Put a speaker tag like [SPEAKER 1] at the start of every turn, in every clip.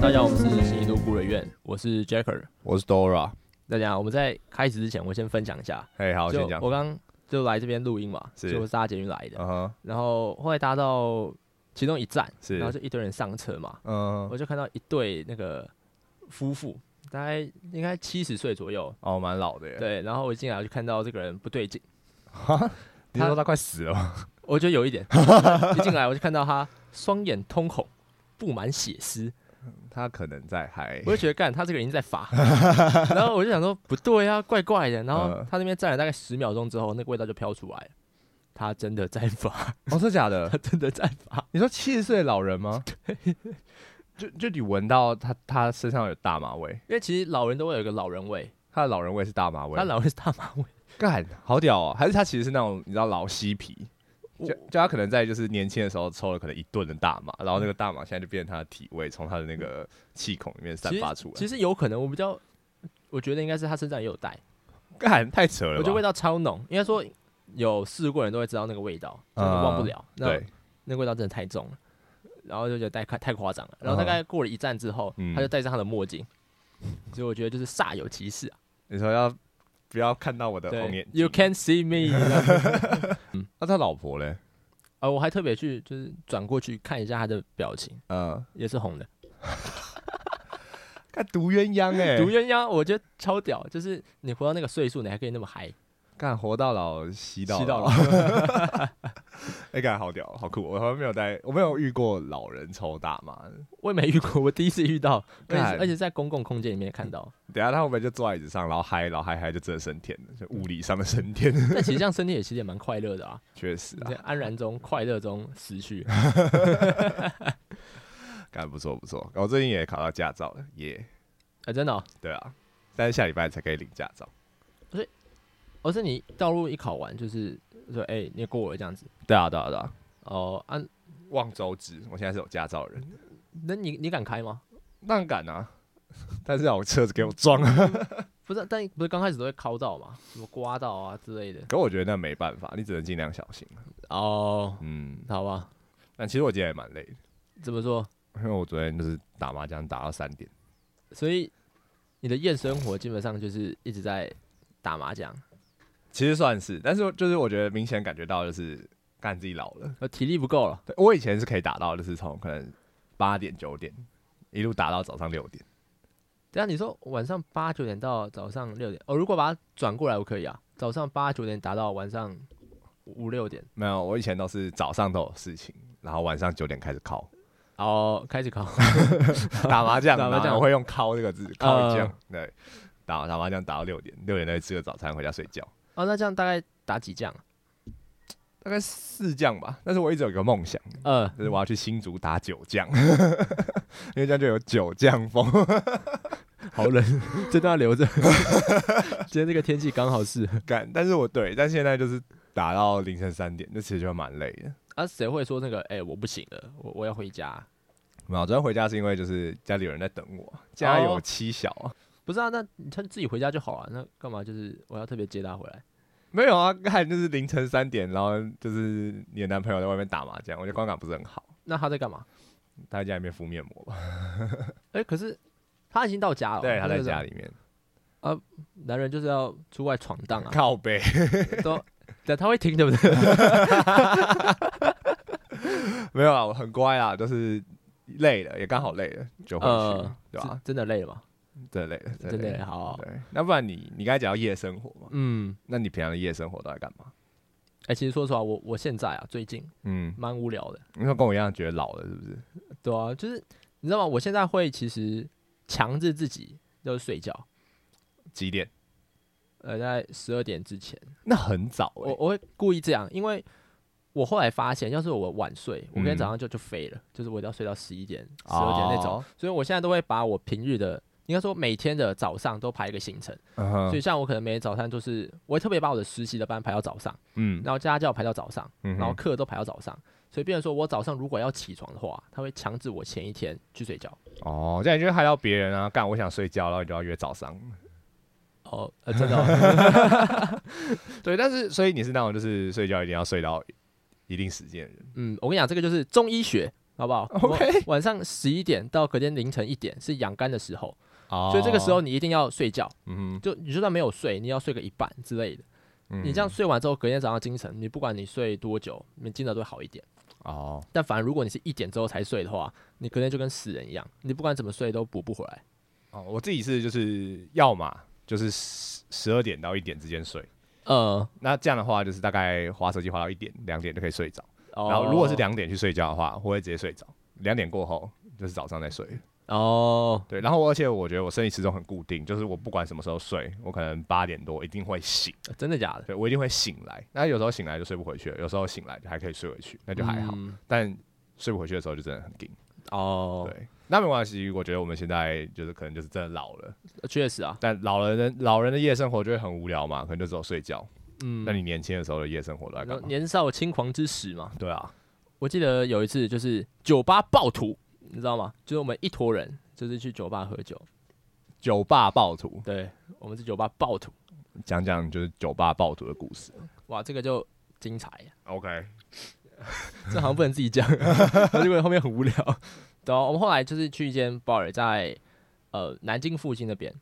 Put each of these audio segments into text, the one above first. [SPEAKER 1] 大家好，我们是新一度孤儿院，我是 Jacker。
[SPEAKER 2] 我是 Dora。
[SPEAKER 1] 大家好，我们在开始之前，我先分享一下，
[SPEAKER 2] 嘿，好，
[SPEAKER 1] 就
[SPEAKER 2] 先讲。
[SPEAKER 1] 我刚就来这边录音嘛，
[SPEAKER 2] 是
[SPEAKER 1] 就我是搭啊捷运来的，
[SPEAKER 2] 嗯哼，
[SPEAKER 1] 然后后来搭到其中一站，
[SPEAKER 2] 是
[SPEAKER 1] 然后就一堆人上车嘛，
[SPEAKER 2] 嗯，
[SPEAKER 1] 我就看到一对那个夫妇，大概应该七十岁左右，
[SPEAKER 2] 哦，蛮老的耶。，
[SPEAKER 1] 对，然后我一进来我就看到这个人不对劲，
[SPEAKER 2] 你说他快死 了吗？
[SPEAKER 1] 我觉得有一点，一进来我就看到他双眼通红，布满血丝，
[SPEAKER 2] 他可能在嗨
[SPEAKER 1] 我。就觉得干他这个人已经在发， 然后我就想说不对啊，怪怪的。然后
[SPEAKER 2] 嗯
[SPEAKER 1] 他那边站了大概十秒钟之后，那个味道就飘出来了，他真的在发，
[SPEAKER 2] 哦，是假的
[SPEAKER 1] 他？真的在发，
[SPEAKER 2] 你说七十岁的老人吗？就就你闻到他他身上有大麻味，
[SPEAKER 1] 因为其实老人都会有一个老人味，
[SPEAKER 2] 他的老人味是大麻味。
[SPEAKER 1] 他老人是大 麻味，
[SPEAKER 2] 干好屌哦，还是他其实是那种你知道老嬉皮？就
[SPEAKER 1] 我
[SPEAKER 2] 就他可能在就是年轻的时候抽了可能一顿的大麻，然后那个大麻现在就变成他的体味，从他的那个气孔里面散
[SPEAKER 1] 其实
[SPEAKER 2] 发出来。
[SPEAKER 1] 其实有可能我比较，我觉得应该是他身上也有带，
[SPEAKER 2] 干太扯了吧，
[SPEAKER 1] 我觉得味道超浓，应该说有试过的人都会知道那个味道，真的忘不了。那
[SPEAKER 2] 嗯对，
[SPEAKER 1] 那个味道真的太重了，然后就觉得太夸太夸张了。然后大
[SPEAKER 2] 嗯
[SPEAKER 1] 概过了一站之后，
[SPEAKER 2] 嗯
[SPEAKER 1] 他就戴上他的墨镜，所以我觉得就是煞有其事啊。
[SPEAKER 2] 你说要不要看到我的红
[SPEAKER 1] 对
[SPEAKER 2] 眼
[SPEAKER 1] ，You
[SPEAKER 2] 睛
[SPEAKER 1] can see me 这样子。
[SPEAKER 2] 那他老婆嘞？
[SPEAKER 1] 啊，我还特别去就是转过去看一下他的表情，
[SPEAKER 2] 嗯，
[SPEAKER 1] 也是红的。
[SPEAKER 2] 看毒鸳鸯哎
[SPEAKER 1] 毒鸳鸯我觉得超屌，就是你活到那个岁数，你还可以那么嗨，
[SPEAKER 2] 干活到老吸到
[SPEAKER 1] 吸到
[SPEAKER 2] 老
[SPEAKER 1] 老，。
[SPEAKER 2] 哎，干好屌，好酷！我好像没有在，我没有遇过老人抽大麻的。
[SPEAKER 1] 我也没遇过，我第一次遇到，而且是
[SPEAKER 2] 干
[SPEAKER 1] 而且是在公共空间里面看到。
[SPEAKER 2] 等一下他会不会就坐在椅子上，然后嗨，然后嗨嗨就真的升天了，就物理上的升天。
[SPEAKER 1] 但其实这样身体也其实也蛮快乐的啊，
[SPEAKER 2] 确实
[SPEAKER 1] 你在，
[SPEAKER 2] 啊
[SPEAKER 1] 安然中、快乐中死去。
[SPEAKER 2] 干不错不错。我最近也考到驾照了，耶！
[SPEAKER 1] 啊，真的哦，
[SPEAKER 2] 对啊，但是下礼拜才可以领驾照。
[SPEAKER 1] 哦，是你道路一考完就是说，哎、你过了这样子。
[SPEAKER 2] 对啊对啊对啊，
[SPEAKER 1] 哦啊，
[SPEAKER 2] 望州之，我现在是有驾照的人，
[SPEAKER 1] 那你你敢开吗？
[SPEAKER 2] 那然敢啊！ 但是要我车子给我啊撞，
[SPEAKER 1] 不是，但不是刚开始都会敲到嘛，什么刮到啊之类的。
[SPEAKER 2] 可我觉得那没办法，你只能尽量小心。
[SPEAKER 1] 哦，
[SPEAKER 2] 嗯，
[SPEAKER 1] 好吧，
[SPEAKER 2] 但其实我今天也蛮累的，
[SPEAKER 1] 怎么说？
[SPEAKER 2] 因为我昨天就是打麻将打到三点。
[SPEAKER 1] 所以你的夜生活基本上就是一直在打麻将，
[SPEAKER 2] 其实算是，但是就是我觉得明显感觉到就是干自己老了。
[SPEAKER 1] 呃，体力不够了。
[SPEAKER 2] 对我以前是可以打到，就是从可能八点九点一路打到早上六点。
[SPEAKER 1] 对啊，你说晚上八九点到早上六点，哦，如果把它转过来，我可以啊，早上八九点打到晚上五六点，
[SPEAKER 2] 没有，我以前都是早上都有事情，然后晚上九点开始 敲
[SPEAKER 1] 哦，开始考。
[SPEAKER 2] 打麻将，
[SPEAKER 1] 打麻将
[SPEAKER 2] 然后我会用“敲”这个字，敲一将
[SPEAKER 1] 呃。
[SPEAKER 2] 对，打打麻将打到六点，六点再吃个早餐回家睡觉，
[SPEAKER 1] 哦，那这样大概打几将啊？
[SPEAKER 2] 大概四将吧。但是我一直有一个梦想，
[SPEAKER 1] 呃，
[SPEAKER 2] 就是我要去新竹打九将， 因为这样就有九将风。
[SPEAKER 1] 好冷， 这段要留着。 今天这个天气刚好适合。
[SPEAKER 2] 干，但是我对，但现在就是打到凌晨三点，那其实就蛮累的。
[SPEAKER 1] 啊，谁会说那个？哎、我不行了，我我要回家。啊
[SPEAKER 2] 没有，昨天回家是因为就是家里有人在等我，家有
[SPEAKER 1] 哦
[SPEAKER 2] 妻小啊，
[SPEAKER 1] 不是啊，那你他自己回家就好了、啊那干嘛就是我要特别接他回来？
[SPEAKER 2] 没有啊，看就是凌晨三点，然后就是你的男朋友在外面打麻将，我觉得观感不是很好，
[SPEAKER 1] 那他在干嘛？
[SPEAKER 2] 他在家里面敷面膜吧？
[SPEAKER 1] 哎、可是他已经到家了。
[SPEAKER 2] 对，他在
[SPEAKER 1] 那个
[SPEAKER 2] 家里面
[SPEAKER 1] 男人就是要出外闯荡 啊，
[SPEAKER 2] 靠背，
[SPEAKER 1] 都。但他会听对不对？
[SPEAKER 2] 没有啊，我很乖啊，就是累了，也刚好累了就回去，
[SPEAKER 1] 呃，
[SPEAKER 2] 对
[SPEAKER 1] 是
[SPEAKER 2] 吧、
[SPEAKER 1] 真的累了嘛？
[SPEAKER 2] 真的累了，
[SPEAKER 1] 真的
[SPEAKER 2] 累
[SPEAKER 1] 累，好好。
[SPEAKER 2] 对，那不然你你刚才讲到夜生活嘛，
[SPEAKER 1] 嗯，
[SPEAKER 2] 那你平常的夜生活都在干嘛？
[SPEAKER 1] 哎、其实说实话，我我现在啊，最近
[SPEAKER 2] 嗯，
[SPEAKER 1] 蛮无聊的。
[SPEAKER 2] 你说跟我一样觉得老了是不是？
[SPEAKER 1] 对啊，就是你知道吗？我现在会其实强制自己就是睡觉，
[SPEAKER 2] 几点？
[SPEAKER 1] 呃，在十二点之前。
[SPEAKER 2] 那很早哎、
[SPEAKER 1] 我我会故意这样，因为我后来发现，要是我晚睡，我今天早上就就废了，就是我一定要睡到十一点、十二点那种。
[SPEAKER 2] 嗯哦
[SPEAKER 1] 所以我现在都会把我平日的，应该说每天的早上都排一个行程。
[SPEAKER 2] 嗯
[SPEAKER 1] 所以
[SPEAKER 2] 哼，
[SPEAKER 1] 像我可能每天早上就是，我会特别把我的实习的班排到早上，
[SPEAKER 2] 嗯，
[SPEAKER 1] 然后家教排到早上，
[SPEAKER 2] 然
[SPEAKER 1] 然后课都排到早上。所以变成说我早上如果要起床的话，他会强制我前一天去睡觉。
[SPEAKER 2] 哦，这样你就害到别人啊！干，我想睡觉，然后你就要约早上。
[SPEAKER 1] 哦，呃，真的哦、
[SPEAKER 2] 对，但是所以你是那种就是睡觉一定要睡到一定时间的人。
[SPEAKER 1] 嗯，我跟你讲，这个就是中医学，好不好
[SPEAKER 2] OK
[SPEAKER 1] 我晚上十一点到隔天凌晨一点是养肝的时候，
[SPEAKER 2] 哦
[SPEAKER 1] 所以这个时候，你一定要睡觉，
[SPEAKER 2] 嗯
[SPEAKER 1] 就你就算没有睡，你要睡个一半之类的。
[SPEAKER 2] 哼，
[SPEAKER 1] 你这样睡完之后，隔天早上精神，你不管你睡多久，你精神都会好一点。
[SPEAKER 2] 哦，
[SPEAKER 1] 但反而如果你是一点之后才睡的话，你隔天就跟死人一样，你不管怎么睡都补不回来。
[SPEAKER 2] 哦，我自己是就是要嘛就是十十二点到一点之间睡，
[SPEAKER 1] 呃，
[SPEAKER 2] 那这样的话就是大概划手机划到一点两点就可以睡着。
[SPEAKER 1] 然
[SPEAKER 2] 然后如果是两点去睡觉的话，我会直接睡着。两点过后就是早上再睡。
[SPEAKER 1] 哦，
[SPEAKER 2] 对，然后而且我觉得我生理时钟很固定，就是我不管什么时候睡，我可能八点多一定会醒，
[SPEAKER 1] 真的假的？
[SPEAKER 2] 对我一定会醒来。那有时候醒来就睡不回去了，有时候醒来就还可以睡回去，那就还好。
[SPEAKER 1] 嗯
[SPEAKER 2] 但睡不回去的时候就真的很紧。
[SPEAKER 1] 哦，
[SPEAKER 2] 对，那没关系，我觉得我们现在就是可能就是真的老了，
[SPEAKER 1] 确实啊，
[SPEAKER 2] 但老人的老人的夜生活就会很无聊嘛，可能就只有睡觉。
[SPEAKER 1] 嗯
[SPEAKER 2] 那，你年轻的时候的夜生活都在
[SPEAKER 1] 然
[SPEAKER 2] 干
[SPEAKER 1] 后
[SPEAKER 2] 嘛？
[SPEAKER 1] 年少轻狂之时嘛，
[SPEAKER 2] 对啊，
[SPEAKER 1] 我记得有一次就是酒吧暴徒，你知道吗？就是我们一坨人就是去酒吧喝酒，
[SPEAKER 2] 酒吧暴徒，
[SPEAKER 1] 对我们是酒吧暴徒，
[SPEAKER 2] 讲讲就是酒吧暴徒的故事。
[SPEAKER 1] 哇，这个就精彩了，
[SPEAKER 2] OK，
[SPEAKER 1] 这好像不能自己讲， 我就觉得后面很无聊。然后我们后来就是去一间 bar，在呃南京附近那边，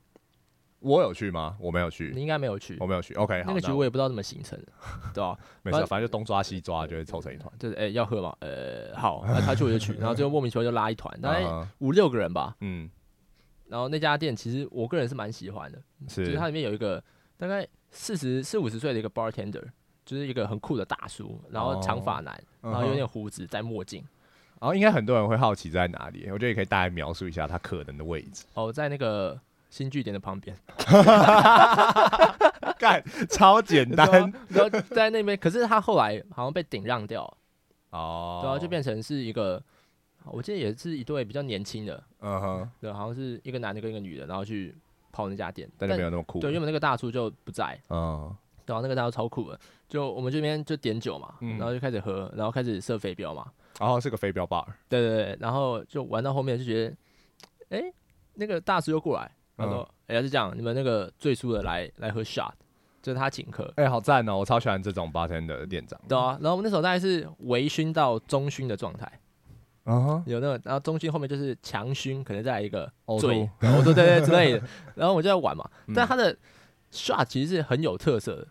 [SPEAKER 2] 我有去吗？我没有去
[SPEAKER 1] 你，应该没有去
[SPEAKER 2] 我没有去。OK，好，哦
[SPEAKER 1] 那个局，
[SPEAKER 2] 那
[SPEAKER 1] 我也不知道怎么形成的，对吧、
[SPEAKER 2] 没事，啊反正就东抓西抓，就会凑成一团。
[SPEAKER 1] 就是哎、要喝嘛，呃好，那他去我就去，然后最后莫名其妙就拉一团，大概
[SPEAKER 2] 啊
[SPEAKER 1] 五六个人吧。
[SPEAKER 2] 嗯，然
[SPEAKER 1] 然后那家店其实我个人是蛮喜欢的，就是
[SPEAKER 2] 是
[SPEAKER 1] 它里面有一个大概四十四五十岁的一个 bartender，就是一个很酷的大叔，然后长发男，
[SPEAKER 2] 嗯哼
[SPEAKER 1] 然啊后有点胡子，戴墨镜。
[SPEAKER 2] 然后应该很多人会好奇在哪里，我觉得也可以大概描述一下它可能的位 置。
[SPEAKER 1] 哦，在那个新据点的旁边，
[SPEAKER 2] 干，超 简单
[SPEAKER 1] 然后在那边，可是他后来好像被顶让掉，
[SPEAKER 2] 哦
[SPEAKER 1] 对啊，就变成是一个，我记得也是一对比较年轻的，
[SPEAKER 2] 嗯哼，
[SPEAKER 1] 对，好像是一个男的跟一个女的，然后去泡那家店，
[SPEAKER 2] 但就没有那么酷。
[SPEAKER 1] 对，原本那个大叔就不在，
[SPEAKER 2] 嗯，
[SPEAKER 1] 然后那个大叔超酷的，就我们这边就点酒嘛，
[SPEAKER 2] 嗯
[SPEAKER 1] 然后就开始喝，然后开始射飞镖嘛，
[SPEAKER 2] 然哦后是个飞镖 bar，
[SPEAKER 1] 对对对，然后就玩到后面就觉得，哎、那个大叔又过来，他说，
[SPEAKER 2] 嗯
[SPEAKER 1] 哎、呀、是这样，你们那个最输的来来喝 shot，就是他请客，
[SPEAKER 2] 哎、好赞哦！我超喜欢这种 bartender 的店长。
[SPEAKER 1] 对啊，然后我们那时候大概是微醺到中醺的状态，
[SPEAKER 2] 嗯哼，哦
[SPEAKER 1] 有那个，然后中醺后面就是强醺，可能再来一个
[SPEAKER 2] 呕
[SPEAKER 1] 醉
[SPEAKER 2] 吐，
[SPEAKER 1] 对呕吐对对之 类的，然后我就在玩嘛，
[SPEAKER 2] 嗯
[SPEAKER 1] 但他的 shot 其实是很有特色的，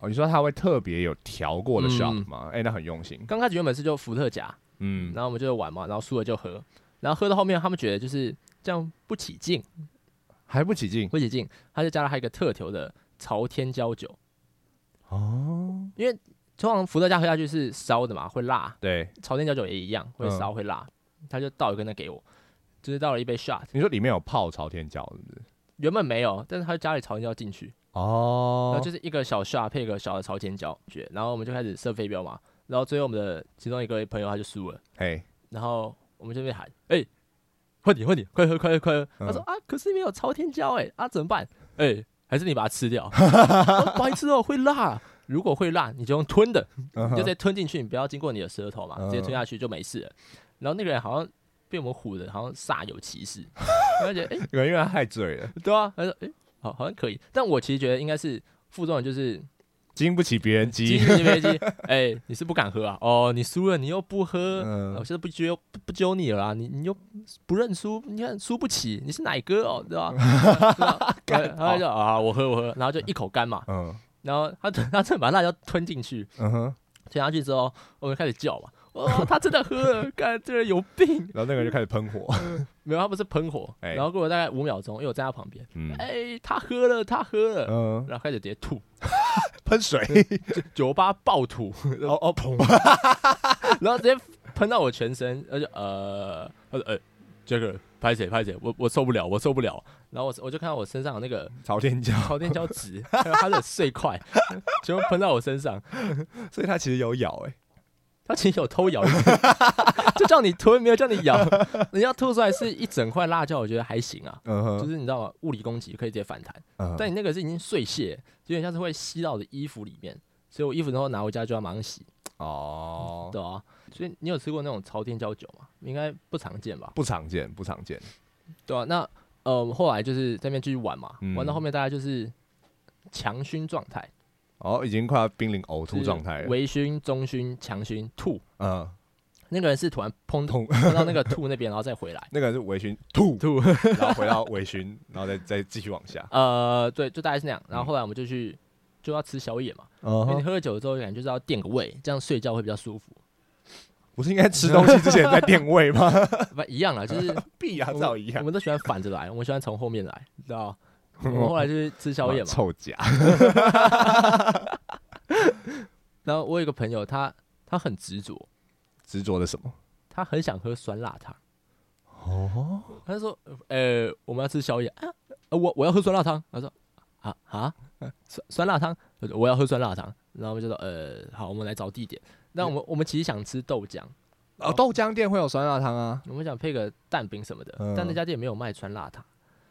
[SPEAKER 2] 哦，你说他会特别有调过的
[SPEAKER 1] 嗯
[SPEAKER 2] shot 吗？哎、那很用心。
[SPEAKER 1] 刚开始原本是就伏特加，
[SPEAKER 2] 嗯，
[SPEAKER 1] 然后我们就玩嘛，然后输了就喝，然后喝到后面他们觉得就是这样不起劲。
[SPEAKER 2] 还不起劲
[SPEAKER 1] 不起劲，他就加了他一个特调的朝天椒酒。
[SPEAKER 2] 哦。
[SPEAKER 1] 通常伏特加喝下去是烧的嘛，会辣，
[SPEAKER 2] 对，
[SPEAKER 1] 朝天椒酒也一样会烧会辣。他就倒一个那给我，就是倒了一杯 shot，
[SPEAKER 2] 你说里面有泡朝天椒是不是？
[SPEAKER 1] 原本没有，但是他就加了朝天椒进去，然
[SPEAKER 2] 哦
[SPEAKER 1] 后就是一个小 shot 配一个小的朝天椒，然后我们就开始射飞镖嘛，然后最后我们的其中一个朋友他就输了，
[SPEAKER 2] 嘿，
[SPEAKER 1] 然后我们就被喊，哎、换你换你，快喝快喝快喝！他说
[SPEAKER 2] 嗯
[SPEAKER 1] 啊，可是没有朝天椒哎、啊怎么办？哎、还是你把它吃掉，哦白痴哦、会辣。如果会辣，你就用吞的，
[SPEAKER 2] 嗯
[SPEAKER 1] 你
[SPEAKER 2] 哼
[SPEAKER 1] 就直接吞进去，你不要经过你的舌头嘛，
[SPEAKER 2] 嗯
[SPEAKER 1] 直接吞下去就没事了。然后那个人好像被我们唬的，好像煞有其事，他就觉得哎、
[SPEAKER 2] 因为因为他太醉了，
[SPEAKER 1] 对啊，他说哎、好好像可以，但我其实觉得应该是副作用就是
[SPEAKER 2] 经不起别人激
[SPEAKER 1] 鸡。鸡飞 机，哎、你是不敢喝啊？哦，你输了，你又不喝，
[SPEAKER 2] 嗯
[SPEAKER 1] 我现在不揪不不揪你了啦，你你又不认输，你看输不起，你是奶哥哦， 对吧？对吧然后他就啊，我喝我喝，然后就一口干嘛，
[SPEAKER 2] 嗯
[SPEAKER 1] 然后他 他真的把辣椒吞进去，
[SPEAKER 2] 嗯哼，
[SPEAKER 1] 吞下去之后，我们开始叫 嘛，哦，他真的喝了，干这人有病，
[SPEAKER 2] 然后那个人就开始喷火。
[SPEAKER 1] 没有，他不是喷火，
[SPEAKER 2] 哎
[SPEAKER 1] 然后过了大概五秒钟，因为我站在他旁边，
[SPEAKER 2] 嗯
[SPEAKER 1] 哎、他喝了，他喝了，
[SPEAKER 2] 嗯，
[SPEAKER 1] 然后开始直接吐，
[SPEAKER 2] 喷水。
[SPEAKER 1] 酒吧暴吐，
[SPEAKER 2] 哦 哦，砰！
[SPEAKER 1] 然后直接喷到我全身，而且呃，他说呃，杰克，拍谁拍谁，我我受不了，我受不了。然后我我就看到我身上有那个
[SPEAKER 2] 朝天椒，
[SPEAKER 1] 朝天椒纸， 还有他的碎块，全部喷到我身上。
[SPEAKER 2] 所以他其实有咬哎、
[SPEAKER 1] 他其实有偷咬一根， 就叫你吞，没有叫你咬。你要吐出来是一整块辣椒，我觉得还行啊。
[SPEAKER 2] 嗯哼，
[SPEAKER 1] 就是你知道吗？物理攻击可以直接反弹，
[SPEAKER 2] 嗯
[SPEAKER 1] 但你那个是已经碎屑，有点像是会吸到我的衣服里面，所以我衣服之后拿回家就要马上洗，
[SPEAKER 2] 哦，
[SPEAKER 1] 对啊。所以你有吃过那种朝天椒酒吗？应该不常见吧？
[SPEAKER 2] 不常见，不常见。
[SPEAKER 1] 对啊，那呃，后来就是在那边继续玩嘛，
[SPEAKER 2] 嗯
[SPEAKER 1] 玩到后面大家就是强熏状态，
[SPEAKER 2] 哦，已经快要濒临呕吐
[SPEAKER 1] 是
[SPEAKER 2] 状态了。
[SPEAKER 1] 微醺、中醺、强醺、吐。
[SPEAKER 2] 嗯，
[SPEAKER 1] 那个人是突然砰
[SPEAKER 2] 痛
[SPEAKER 1] 碰到那个吐那边，然后再回来
[SPEAKER 2] 那个是微醺吐，
[SPEAKER 1] 吐。
[SPEAKER 2] 然后回到微醺，然后再再继续往下。
[SPEAKER 1] 呃，对，就大概是那样。然后后来我们就去就要吃宵夜嘛，因为你
[SPEAKER 2] 哦，
[SPEAKER 1] 喝了酒之后，感觉就是要垫个胃，这样睡觉会比较舒服。
[SPEAKER 2] 不是应该吃东西之前在垫位吗？
[SPEAKER 1] 不 一样啊，就是
[SPEAKER 2] 必呀，
[SPEAKER 1] 我
[SPEAKER 2] 照
[SPEAKER 1] 们
[SPEAKER 2] 一
[SPEAKER 1] 我
[SPEAKER 2] 样。
[SPEAKER 1] 们都喜欢反着来，我们喜欢从后面来，你知 道？我们后来就是吃宵夜嘛。
[SPEAKER 2] 臭甲。
[SPEAKER 1] 然后我有一个朋友，他他很执着，
[SPEAKER 2] 执着的什么？
[SPEAKER 1] 他很想喝酸辣汤。
[SPEAKER 2] 哦，
[SPEAKER 1] 他就说：“呃，我们要吃宵夜啊，呃我我要喝酸辣汤。”他说：“啊啊，酸酸辣汤，我说我要喝酸辣汤。”然后我们就说：“呃，好，我们来找地点。”那我们我们其实想吃豆浆，
[SPEAKER 2] 哦，豆浆店会有酸辣汤啊。
[SPEAKER 1] 我们想配个蛋饼什么的，但那
[SPEAKER 2] 嗯
[SPEAKER 1] 家店没有卖酸辣汤。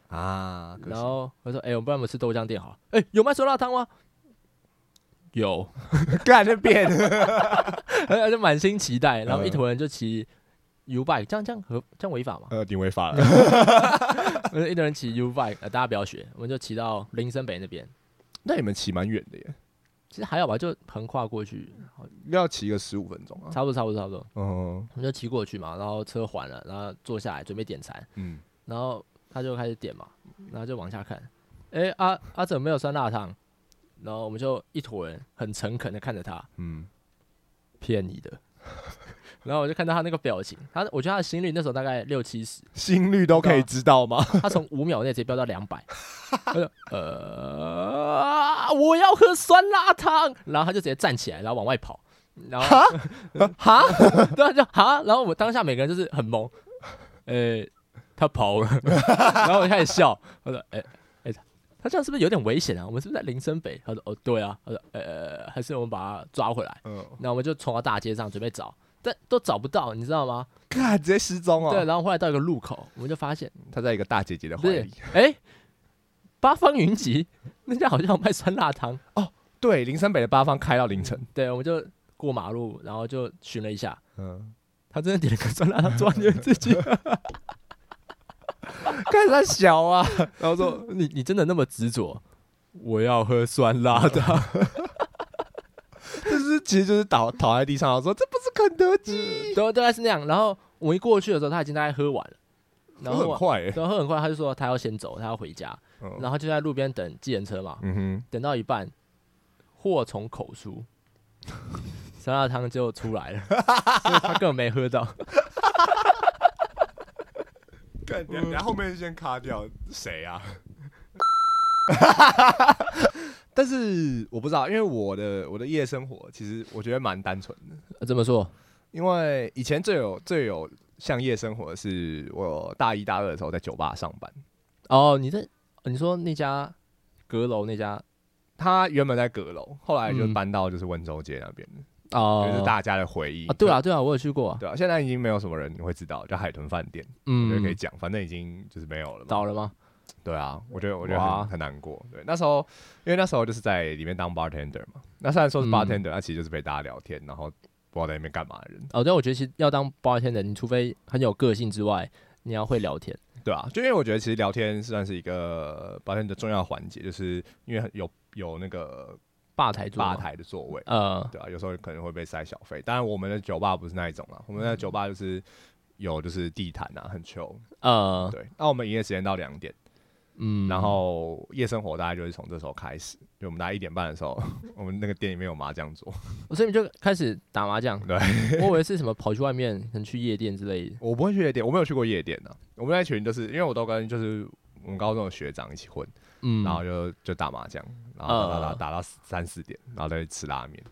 [SPEAKER 2] 啊，可惜
[SPEAKER 1] 然后我说：“哎、我们不然我们吃豆浆店好了。哎、有卖酸辣汤吗？有，
[SPEAKER 2] 干那变
[SPEAKER 1] 而且满心期待，然后一
[SPEAKER 2] 嗯
[SPEAKER 1] 坨人就骑 U bike，这样这样合这样违法吗？
[SPEAKER 2] 呃，你违法了。
[SPEAKER 1] 我们一堆人骑 U bike，呃，大家不要学，我们就骑到林森北那边。
[SPEAKER 2] 那你们骑蛮远的耶，
[SPEAKER 1] 其实还好吧，就横跨过去，
[SPEAKER 2] 要骑个十五分钟啊。
[SPEAKER 1] 差不多差不多差不多，
[SPEAKER 2] 嗯
[SPEAKER 1] 我们就骑过去嘛，然后车还了，然后坐下来准备点餐，
[SPEAKER 2] 嗯，
[SPEAKER 1] 然后他就开始点嘛，然后就往下看，哎、阿阿怎么没有酸辣汤？然后我们就一坨人很诚恳的看着他，
[SPEAKER 2] 嗯，
[SPEAKER 1] 骗你的。 然后我就看到他那个表情，他我觉得他的心率那时候大概六七十，
[SPEAKER 2] 心率都可以知道吗？
[SPEAKER 1] 他从五秒内直接飙到两百，他就呃，我要喝酸辣汤，然后他就直接站起来，然后往外跑，然后 哈，对啊，就哈，然后我们当下每个人就是很懵，呃、他跑了，然后我就开始笑，我说，哎、哎、他他这样是不是有点危险啊？我们是不是在林森北？他说，哦，对啊，他说，呃，还是我们把他抓回来，
[SPEAKER 2] 嗯，
[SPEAKER 1] 那我们就冲到大街上准备找，但都找不到，你知道吗？
[SPEAKER 2] 干直接失踪哦。
[SPEAKER 1] 对，，啊然后后来到一个路口，我们就发现。
[SPEAKER 2] 他在一个大姐姐的怀
[SPEAKER 1] 对，
[SPEAKER 2] 里。
[SPEAKER 1] 哎、八方云集那家好像有卖酸辣 汤，
[SPEAKER 2] 对，林森北的八方开到凌晨。
[SPEAKER 1] 对，我们就过马路，然后就寻了一下，
[SPEAKER 2] 嗯，
[SPEAKER 1] 他真的点了个酸辣汤，抓你自 己，
[SPEAKER 2] 看他小啊，然后说
[SPEAKER 1] 你你真的那么执着？我要喝酸辣汤，
[SPEAKER 2] 这是其实就是倒倒在地上，然后说这不是肯德 基，
[SPEAKER 1] 对，大概是那样。然后我们一过去的时候，他已经大概喝完了，然后喝
[SPEAKER 2] 很
[SPEAKER 1] 完
[SPEAKER 2] 快欸耶。
[SPEAKER 1] 然后喝很快，他就说他要先走，他要回家，
[SPEAKER 2] 嗯
[SPEAKER 1] 然后就在路边等计程车嘛，
[SPEAKER 2] 嗯哼，
[SPEAKER 1] 等到一半，祸从口 出，酸辣汤就出来了， 所以他根本没喝 到。
[SPEAKER 2] 干掉，然后后面先卡掉谁啊？ 但是我不知道，因为我的我的夜生活其实我觉得蛮单纯的，
[SPEAKER 1] 这么说，
[SPEAKER 2] 因为以前最有最有像夜生活的是我大一大二的时候在酒吧上班，
[SPEAKER 1] 哦，你在你说那家阁楼那家
[SPEAKER 2] 他原本在阁楼，后来就
[SPEAKER 1] 嗯
[SPEAKER 2] 搬到就是温州街那边，
[SPEAKER 1] 哦，
[SPEAKER 2] 就是大家的回忆
[SPEAKER 1] 啊，对啊，对啊，我有去过啊，
[SPEAKER 2] 对啊，现在已经没有什么人会知道，叫海豚饭店，我觉得
[SPEAKER 1] 嗯，
[SPEAKER 2] 可以讲，反正已经就是没有了嘛。
[SPEAKER 1] 倒了吗？
[SPEAKER 2] 对啊，我觉得我觉得
[SPEAKER 1] 哇
[SPEAKER 2] 很很难过。对，那时候因为那时候就是在里面当 bartender 嘛，那虽然说是
[SPEAKER 1] 嗯
[SPEAKER 2] bartender，那、其实就是陪大家聊天，然后不知道在那边干嘛的人。
[SPEAKER 1] 哦，对啊，我觉得其实要当 bartender，你除非很有个性之外，你要会聊天，
[SPEAKER 2] 对啊，就因为我觉得其实聊天算是一个 bartender 重要环节，就是因为很有有那个
[SPEAKER 1] 吧台桌嘛
[SPEAKER 2] 吧，台的座位，
[SPEAKER 1] 呃，
[SPEAKER 2] 对啊，有时候可能会被塞小费。当然我们的酒吧不是那一种啦，我们的酒吧就是有就是地毯啊，很 chill。
[SPEAKER 1] 呃，
[SPEAKER 2] 对，那我们营业时间到两点。
[SPEAKER 1] 嗯，
[SPEAKER 2] 然后夜生活大概就是从这时候开始，就我们大概一点半的时候， 我们那个店里面有麻将桌，
[SPEAKER 1] 哦所以你就开始打麻将，
[SPEAKER 2] 对，
[SPEAKER 1] 我以为是什么 跑去外面，可能去夜店之类的，
[SPEAKER 2] 我不会去夜店，我没有去过夜店的、我们那群就是因为我都跟就是我们高中的学长一起混，
[SPEAKER 1] 嗯，
[SPEAKER 2] 然后就就打麻将，然后打打打
[SPEAKER 1] 嗯
[SPEAKER 2] 打到三四点，然后再去吃拉面。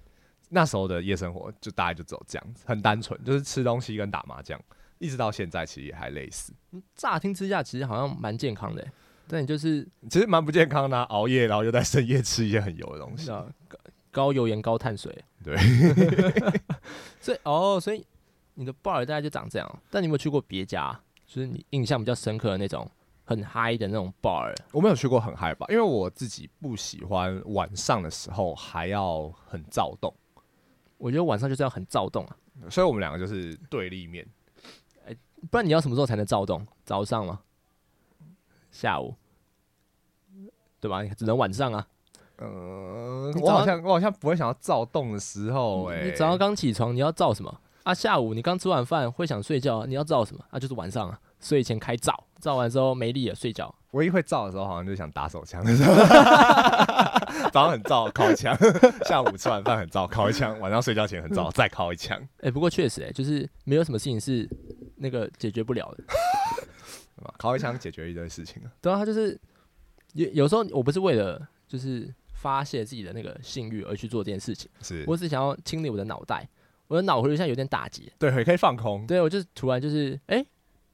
[SPEAKER 2] 那时候的夜生活就大概就只有这样子，很单纯，就是吃东西跟打麻将，一直到现在其实也还类似，
[SPEAKER 1] 乍听之下其实好像蛮健康的欸，但你就是
[SPEAKER 2] 其实蛮不健康的啊、熬夜然后又在深夜吃一些很油的东西。
[SPEAKER 1] 啊，高高油盐高碳水。
[SPEAKER 2] 对，
[SPEAKER 1] 所以哦，所以你的 bar 大概就长这样。但你有没有去过别家？就是你印象比较深刻的那种很嗨的那种 bar？
[SPEAKER 2] 我没有去过很嗨吧，因为我自己不喜欢晚上的时候还要很躁动，
[SPEAKER 1] 我觉得晚上就是要很躁动啊，
[SPEAKER 2] 所以我们两个就是对立面。
[SPEAKER 1] 不然你要什么时候才能躁动？早上吗？下午？对吧？只能晚上啊。
[SPEAKER 2] 嗯、
[SPEAKER 1] 你
[SPEAKER 2] 我好
[SPEAKER 1] 早上
[SPEAKER 2] 像我好像不会想要躁动的时候、欸，哎，
[SPEAKER 1] 你早上刚起床，你要照什么啊？下午你刚吃完饭会想睡觉，你要照什么啊？就是晚上啊，睡前开照，照完之后没力了睡觉。
[SPEAKER 2] 唯一会燥的时候，好像就是想打手枪的时候， 早上很燥，敲一枪； 下午吃完饭很燥，敲一枪；晚上睡觉前很燥，再敲一枪。
[SPEAKER 1] 哎、不过确实、哎，就是没有什么事情是那个解决不了的。
[SPEAKER 2] 对吧敲一枪解决一堆事情啊。
[SPEAKER 1] 对啊，他就是有有时候我不是为了就是发泄自己的那个性欲而去做这件事情，
[SPEAKER 2] 是，
[SPEAKER 1] 我只想要清理我的脑袋，我的脑回路现在有点打结。
[SPEAKER 2] 对，可以放空。
[SPEAKER 1] 对，我就突然就是哎、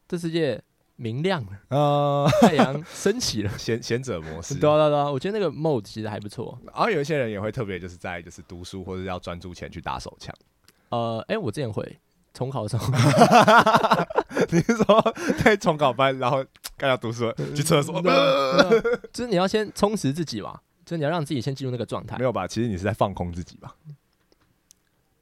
[SPEAKER 1] 这世界明亮了，
[SPEAKER 2] 呃，
[SPEAKER 1] 太阳升起了。
[SPEAKER 2] 贤贤者模式。
[SPEAKER 1] 对啊对啊对啊，我觉得那个 mode 其实还不错。
[SPEAKER 2] 然后有一些人也会特别就是在就是读书或者要专注前去打手枪。
[SPEAKER 1] 呃，哎、我之前会重考的时候，
[SPEAKER 2] 你是说在重考班，然后刚要读书去厕 所？
[SPEAKER 1] 对啊对啊就是你要先充实自己嘛，就是你要让自己先进入那个状态
[SPEAKER 2] 没。有吧？其实你是在放空自己吧？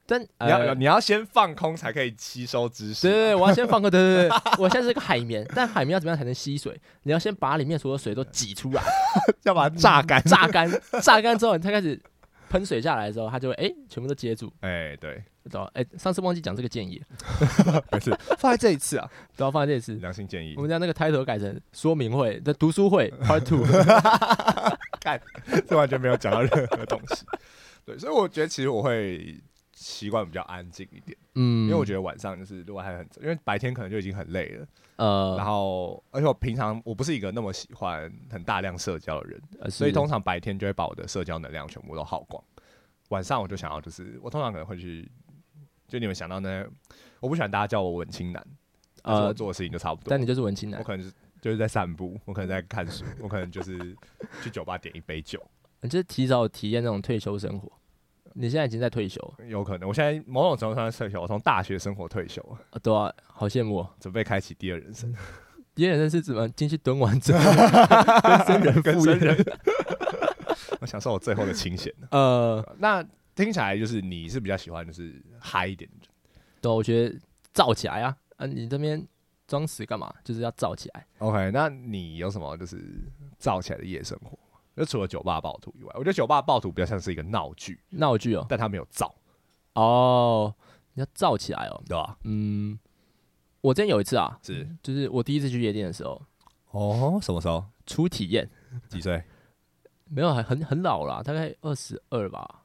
[SPEAKER 1] 但
[SPEAKER 2] 你要
[SPEAKER 1] 呃，
[SPEAKER 2] 你要先放空，才可以吸收知
[SPEAKER 1] 对
[SPEAKER 2] 识。
[SPEAKER 1] 对对，我要先放个，对对对， 我现在是个海绵，但海绵要怎么样才能吸水？你要先把里面所有水都挤出来，
[SPEAKER 2] 要把它榨干。
[SPEAKER 1] 榨干，榨干之后，你才开始喷水下来的时候，它就会哎、全部都接住，
[SPEAKER 2] 哎，对，
[SPEAKER 1] 对吧？哎、上次忘记讲这个建议，
[SPEAKER 2] 但是放在这一次啊，
[SPEAKER 1] 都要放在这次。
[SPEAKER 2] 良心建议
[SPEAKER 1] 我。们将那个 title 改成说明会的读书 会 Part Two，
[SPEAKER 2] 看，这完全没有讲到任何东西。 对，所以我觉得其实我会习惯比较安静一点，
[SPEAKER 1] 嗯，
[SPEAKER 2] 因为我觉得晚上就是如果还很，因为白天可能就已经很累了，
[SPEAKER 1] 得呃，
[SPEAKER 2] 然后而且我平常我不是一个那么喜欢很大量社交的人，
[SPEAKER 1] 呃
[SPEAKER 2] 所以
[SPEAKER 1] 是
[SPEAKER 2] 通常白天就会把我的社交能量全部都耗光。晚上我就想要就是我通常可能会去，就你们想到那些，我不喜欢大家叫我文青男，但是我
[SPEAKER 1] 呃，
[SPEAKER 2] 做的事情就差不多。
[SPEAKER 1] 但你就是文青男
[SPEAKER 2] 我，可能就是就是在散步，我可能在看书，我可能就是去酒吧点一杯酒。
[SPEAKER 1] 你就是提早体验那种退休生活。你现在已经在退休了，
[SPEAKER 2] 有可能，我现在某种程度上在退休，我从大学生活退休了，
[SPEAKER 1] 呃对啊，好羡慕、哦。
[SPEAKER 2] 准备开启第二人生，
[SPEAKER 1] 第二人是怎么进去蹲完之后，跟生人
[SPEAKER 2] 跟
[SPEAKER 1] 复
[SPEAKER 2] 生
[SPEAKER 1] 原？
[SPEAKER 2] 人， 我享受我最后的清闲。
[SPEAKER 1] 呃，
[SPEAKER 2] 那听起来就是你是比较喜欢就是嗨一点的人，
[SPEAKER 1] 对啊，我觉得造起来啊，啊，你这边装死干嘛？就是要造起来。
[SPEAKER 2] OK，那你有什么就是燥起来的夜生活？就除了酒吧暴徒以外，我觉得酒吧暴徒比较像是一个闹剧，
[SPEAKER 1] 闹剧哦，
[SPEAKER 2] 但它没有燥，
[SPEAKER 1] 哦，你要造起来哦。
[SPEAKER 2] 对吧？
[SPEAKER 1] 嗯，我之前有一次啊，
[SPEAKER 2] 是
[SPEAKER 1] 就是我第一次去夜店的时候，
[SPEAKER 2] 哦，什么时候？
[SPEAKER 1] 初体验，
[SPEAKER 2] 几 岁？
[SPEAKER 1] 没有很很很老啦，大概二十二吧，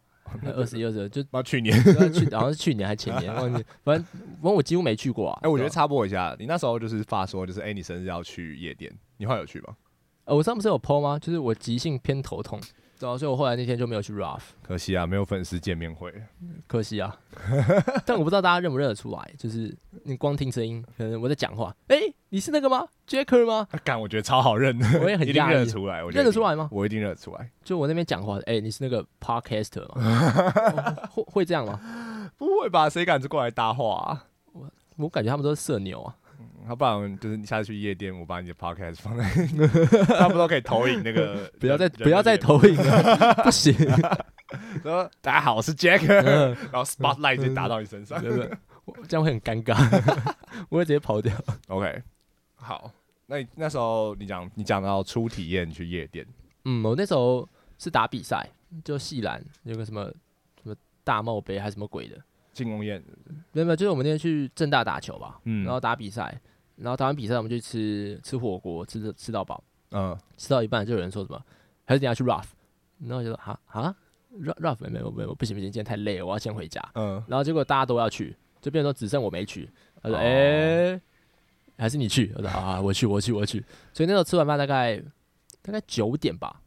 [SPEAKER 1] 二十一、二十二，就
[SPEAKER 2] 那去年。
[SPEAKER 1] 就要去好像是去年还前年，忘记，反正反正我几乎没去过啊。
[SPEAKER 2] 哎、我觉得
[SPEAKER 1] 对啊，
[SPEAKER 2] 插播一下，你那时候就是发说，就是哎、你生日要去夜店，你后来有去吗？
[SPEAKER 1] 呃，我上次不是有 PO 吗？就是我急性偏头痛，对啊，所以我后来那天就没有去 RAF。
[SPEAKER 2] 可惜啊，没有粉丝见面会。
[SPEAKER 1] 可惜 啊，但我不知道大家认不认得出来，就是你光听声音，可能我在讲话，哎、你是那个吗？Jacker 吗？
[SPEAKER 2] 啊干，我觉得超好 认的，
[SPEAKER 1] 我也很
[SPEAKER 2] 一定
[SPEAKER 1] 讶异
[SPEAKER 2] 认得出来，我觉
[SPEAKER 1] 认得
[SPEAKER 2] 一定
[SPEAKER 1] 出来吗
[SPEAKER 2] 我一定认得出来，
[SPEAKER 1] 就我那边讲话，哎、你是那个 Podcaster 吗？ 哦会会这样吗？
[SPEAKER 2] 不会吧？谁敢过来搭话、啊？
[SPEAKER 1] 我感觉他们都是社牛啊，
[SPEAKER 2] 要不然就是你下次去夜店，我把你的 podcast 放 在，差不多可以投影那 个人。
[SPEAKER 1] 不要再
[SPEAKER 2] 人的
[SPEAKER 1] 不要再
[SPEAKER 2] 脸
[SPEAKER 1] 投影了， 不行。
[SPEAKER 2] 说大家好，我是 Jack，
[SPEAKER 1] 嗯
[SPEAKER 2] 然后 spotlight 就打到你身上。
[SPEAKER 1] 对不对我这样会很尴尬，我会直接跑掉。
[SPEAKER 2] OK，好，那你那时候你讲你讲到初体验去夜店，
[SPEAKER 1] 嗯，我那时候是打比赛，就细篮有个什么什么大帽杯还是什么鬼的，
[SPEAKER 2] 庆功宴，
[SPEAKER 1] 没有没有，就是我们那天去正大打球吧，
[SPEAKER 2] 嗯
[SPEAKER 1] 然后打比赛，然后打完比赛我们就吃吃火锅，吃的吃到饱，
[SPEAKER 2] 嗯，
[SPEAKER 1] 吃到一半就有人说什么，还是等一下去 rough，然后我就说啊啊 rough rough 没有没有不行不行，今天太累了，我要先回家。
[SPEAKER 2] 嗯，
[SPEAKER 1] 然后结果大家都要去，就变成说只剩我没去。他说
[SPEAKER 2] 哦
[SPEAKER 1] 哎、还是你去，我说啊 我去我去我去。所以那时候吃完饭大概大概九点吧，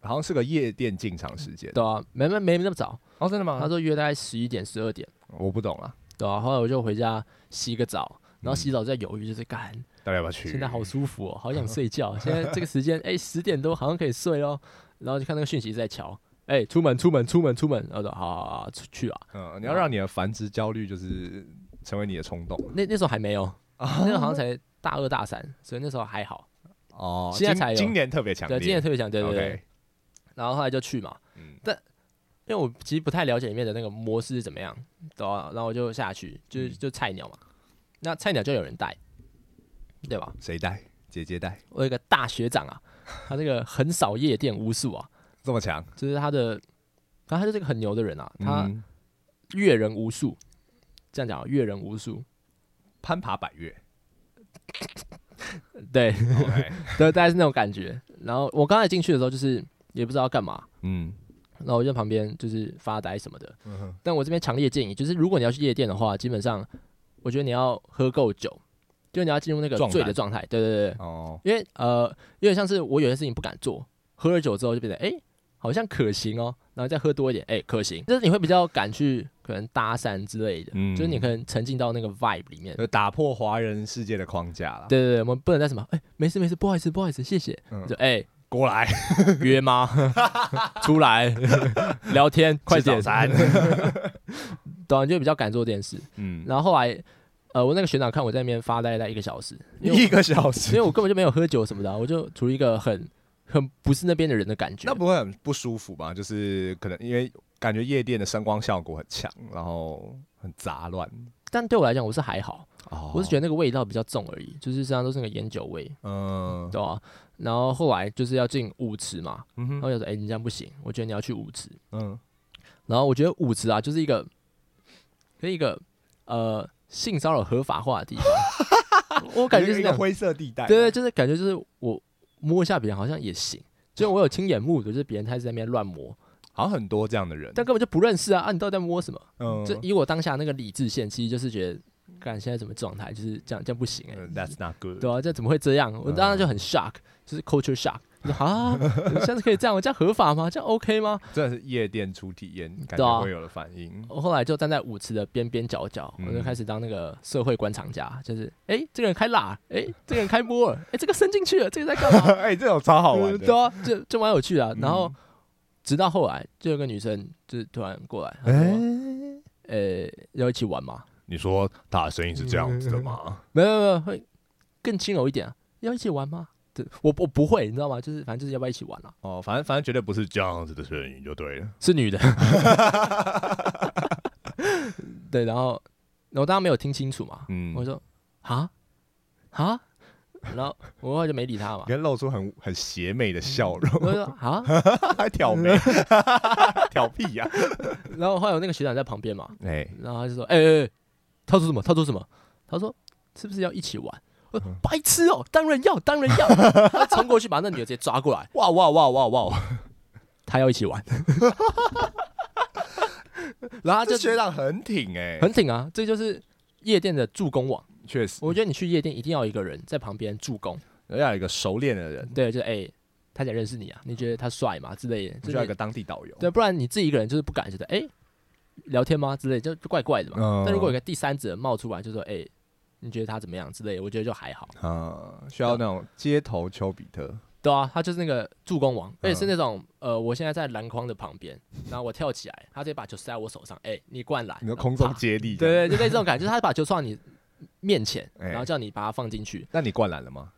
[SPEAKER 2] 好像是个夜店进场时间。
[SPEAKER 1] 对啊，没没没那么早，
[SPEAKER 2] 哦，真的
[SPEAKER 1] 他
[SPEAKER 2] 吗？
[SPEAKER 1] 说约大概十一点十二点，
[SPEAKER 2] 我不懂啊，
[SPEAKER 1] 对啊，后来我就回家洗个澡。然后洗澡在犹豫，就是干，
[SPEAKER 2] 大家要不要去？
[SPEAKER 1] 现在好舒服哦，好想睡觉。 现在这个时间，哎，十点多好像可以睡哦。然后就看那个讯息在瞧，哎，出门出门出门出门。然后说好好好好出去啊。
[SPEAKER 2] 嗯，你要让你的繁殖焦虑就是成为你的冲动
[SPEAKER 1] 那那时候还没有，哦那时候好像才大二大三，所以那时候还好。
[SPEAKER 2] 哦
[SPEAKER 1] 现在才有
[SPEAKER 2] 今年特别强烈，
[SPEAKER 1] 对，今年特别想，对对对。
[SPEAKER 2] OK，
[SPEAKER 1] 然后后来就去嘛，
[SPEAKER 2] 嗯，
[SPEAKER 1] 因为我其实不太了解里面的那个模式是怎么样，对啊，然后我就下去，就是
[SPEAKER 2] 嗯
[SPEAKER 1] 就菜鸟嘛，那菜鸟就有人带，对吧？
[SPEAKER 2] 谁带？姐姐带，
[SPEAKER 1] 我有一个大学长啊，他这个横扫夜店无数啊，
[SPEAKER 2] 这么强，
[SPEAKER 1] 就是他的反正他就是一个很牛的人啊，他
[SPEAKER 2] 嗯
[SPEAKER 1] 阅人无数，这样讲啊阅人无数，
[SPEAKER 2] 攀爬百 越
[SPEAKER 1] 对，
[SPEAKER 2] ，OK，
[SPEAKER 1] 对，大概是那种感觉。然后我刚才进去的时候，就是也不知道干嘛，
[SPEAKER 2] 嗯，
[SPEAKER 1] 然后我就在旁边就是发呆什么的。
[SPEAKER 2] 嗯哼
[SPEAKER 1] 但我这边强烈建议，就是如果你要去夜店的话，基本上我觉得你要喝够酒，就你要进入那个
[SPEAKER 2] 壮
[SPEAKER 1] 醉的
[SPEAKER 2] 胆
[SPEAKER 1] 状态。对对对，
[SPEAKER 2] 哦，
[SPEAKER 1] 因为呃，有点像是我有些事情不敢做，喝了酒之后就变得哎、诶好像可行哦，然后再喝多一点，哎、可行，就是你会比较敢去可能搭讪之类的，
[SPEAKER 2] 嗯
[SPEAKER 1] 就是你可能沉浸到那个 vibe 里面。
[SPEAKER 2] 就打破华人世界的框架了，
[SPEAKER 1] 对对对，我们不能再什么，哎、没事没事，不好意思不好意思，谢谢，
[SPEAKER 2] 嗯
[SPEAKER 1] 就哎、
[SPEAKER 2] 过来，
[SPEAKER 1] 约吗？ 出来聊天，快点，
[SPEAKER 2] 吃早餐
[SPEAKER 1] 对啊，你就比较敢做这件事。
[SPEAKER 2] 嗯，
[SPEAKER 1] 然后后来，呃，我那个学长看我在那边发呆待一个小时，因 为我
[SPEAKER 2] 一个小
[SPEAKER 1] 因为
[SPEAKER 2] 时，
[SPEAKER 1] 我根本就没有喝酒什么的啊、我就处于一个很很不是那边的人的感觉。
[SPEAKER 2] 那不会很不舒服吗？就是可能因为感觉夜店的声光效果很强，然后很杂乱，
[SPEAKER 1] 但对我来讲，我是还好，
[SPEAKER 2] 哦
[SPEAKER 1] 我是觉得那个味道比较重而已，就是身上都是那个烟酒味，
[SPEAKER 2] 得，嗯
[SPEAKER 1] 对吧、啊然后后来就是要进舞池嘛，
[SPEAKER 2] 嗯
[SPEAKER 1] 然
[SPEAKER 2] 哼
[SPEAKER 1] 后就说，哎、你这样不行，我觉得你要去舞池。
[SPEAKER 2] 嗯，
[SPEAKER 1] 然后我觉得舞池啊，就是一个，就是一个呃性骚扰合法化的地方。 我感觉就是
[SPEAKER 2] 一
[SPEAKER 1] 那
[SPEAKER 2] 个
[SPEAKER 1] 种，
[SPEAKER 2] 灰色地带，啊
[SPEAKER 1] 对对，就是感觉就是我摸一下别人好像也行，就我有亲眼目睹，就是别人他一直在那边乱摸，
[SPEAKER 2] 好像很多这样的人，
[SPEAKER 1] 但根本就不认识啊！啊，你到底在摸什么？
[SPEAKER 2] 嗯
[SPEAKER 1] 就以我当下那个理智线，其实就是觉得，看现在什么状态，就是这样，这样不行哎、
[SPEAKER 2] 嗯 That's not good，
[SPEAKER 1] 对啊，这怎么会这样？我当时
[SPEAKER 2] 嗯
[SPEAKER 1] 就很 shock，就是 culture shock。就说啊，下次可以这样，这样合法吗？这样 OK 吗？
[SPEAKER 2] 真的是夜店初体验，感
[SPEAKER 1] 对啊
[SPEAKER 2] 觉会有的反应。
[SPEAKER 1] 我后来就站在舞池的边边角角，我就
[SPEAKER 2] 嗯
[SPEAKER 1] 开始当那个社会观察家，就是哎、诶这个人开辣，哎、这个人开摸了，哎、这个伸进去了，这个在干嘛？
[SPEAKER 2] 哎、这种超好玩
[SPEAKER 1] 呃
[SPEAKER 2] 的
[SPEAKER 1] 对。啊，就就蛮有趣的啊、
[SPEAKER 2] 嗯
[SPEAKER 1] 然后直到后来，就有个女生就是突然过来，她
[SPEAKER 2] 哎、
[SPEAKER 1] 说：“呃、要一起玩吗
[SPEAKER 2] 你说他的声音是这样子的吗？？”
[SPEAKER 1] 没有没有没有，会更轻柔一点、啊，要一起玩吗？对，我我不会，你知道吗？就是反正就是要不要一起玩啊？
[SPEAKER 2] 哦，反正反正绝对不是这样子的声音就对了。
[SPEAKER 1] 是女的。 对，然后我当然没有听清楚嘛，
[SPEAKER 2] 嗯
[SPEAKER 1] 我说啊啊，然后我后来就没理他 嘛
[SPEAKER 2] 你，看露出很很邪魅的笑容，
[SPEAKER 1] 我就说啊，
[SPEAKER 2] 还 挑眉，嗯挑屁啊呀、
[SPEAKER 1] 然后后来我那个学长在旁边嘛，
[SPEAKER 2] 哎、
[SPEAKER 1] 然后他就说，哎、哎、哎他说什么？他说什么？他说是不是要一起玩？我说白痴哦、当然要，当然 要！他冲过去把那女的直接抓过来，
[SPEAKER 2] 哇哇哇哇哇！
[SPEAKER 1] 他要一起玩，然后他
[SPEAKER 2] 这
[SPEAKER 1] 就
[SPEAKER 2] 学长很挺哎、
[SPEAKER 1] 很挺啊，这就是夜店的助攻网。
[SPEAKER 2] 确实，
[SPEAKER 1] 我觉得你去夜店一定要有一个人在旁边助攻，
[SPEAKER 2] 要有一个熟练的人，
[SPEAKER 1] 对，就是哎、他想认识你啊，你觉得他帅吗之类的，
[SPEAKER 2] 需
[SPEAKER 1] 就
[SPEAKER 2] 要一
[SPEAKER 1] 是
[SPEAKER 2] 个当地导游。
[SPEAKER 1] 对，不然你自己一个人就是不敢觉得哎、聊天吗之类就就怪怪的嘛。
[SPEAKER 2] 嗯
[SPEAKER 1] 但如果有个第三者冒出来，就说哎、你觉得他怎么样之类的，我觉得就还好。
[SPEAKER 2] 啊，需要那种街头丘比特，
[SPEAKER 1] 对啊，他就是那个助攻王，而且
[SPEAKER 2] 嗯
[SPEAKER 1] 是那种、呃，我现在在篮筐的旁边，然后我跳起来，他直接把球塞在我手上，哎、你灌篮，
[SPEAKER 2] 你说
[SPEAKER 1] 然后
[SPEAKER 2] 空中
[SPEAKER 1] 啪
[SPEAKER 2] 接力。，
[SPEAKER 1] 对对，就类似这种感觉，就是他把球放到你面前，
[SPEAKER 2] 哎
[SPEAKER 1] 然后叫你把它放进去，
[SPEAKER 2] 那你灌篮了吗？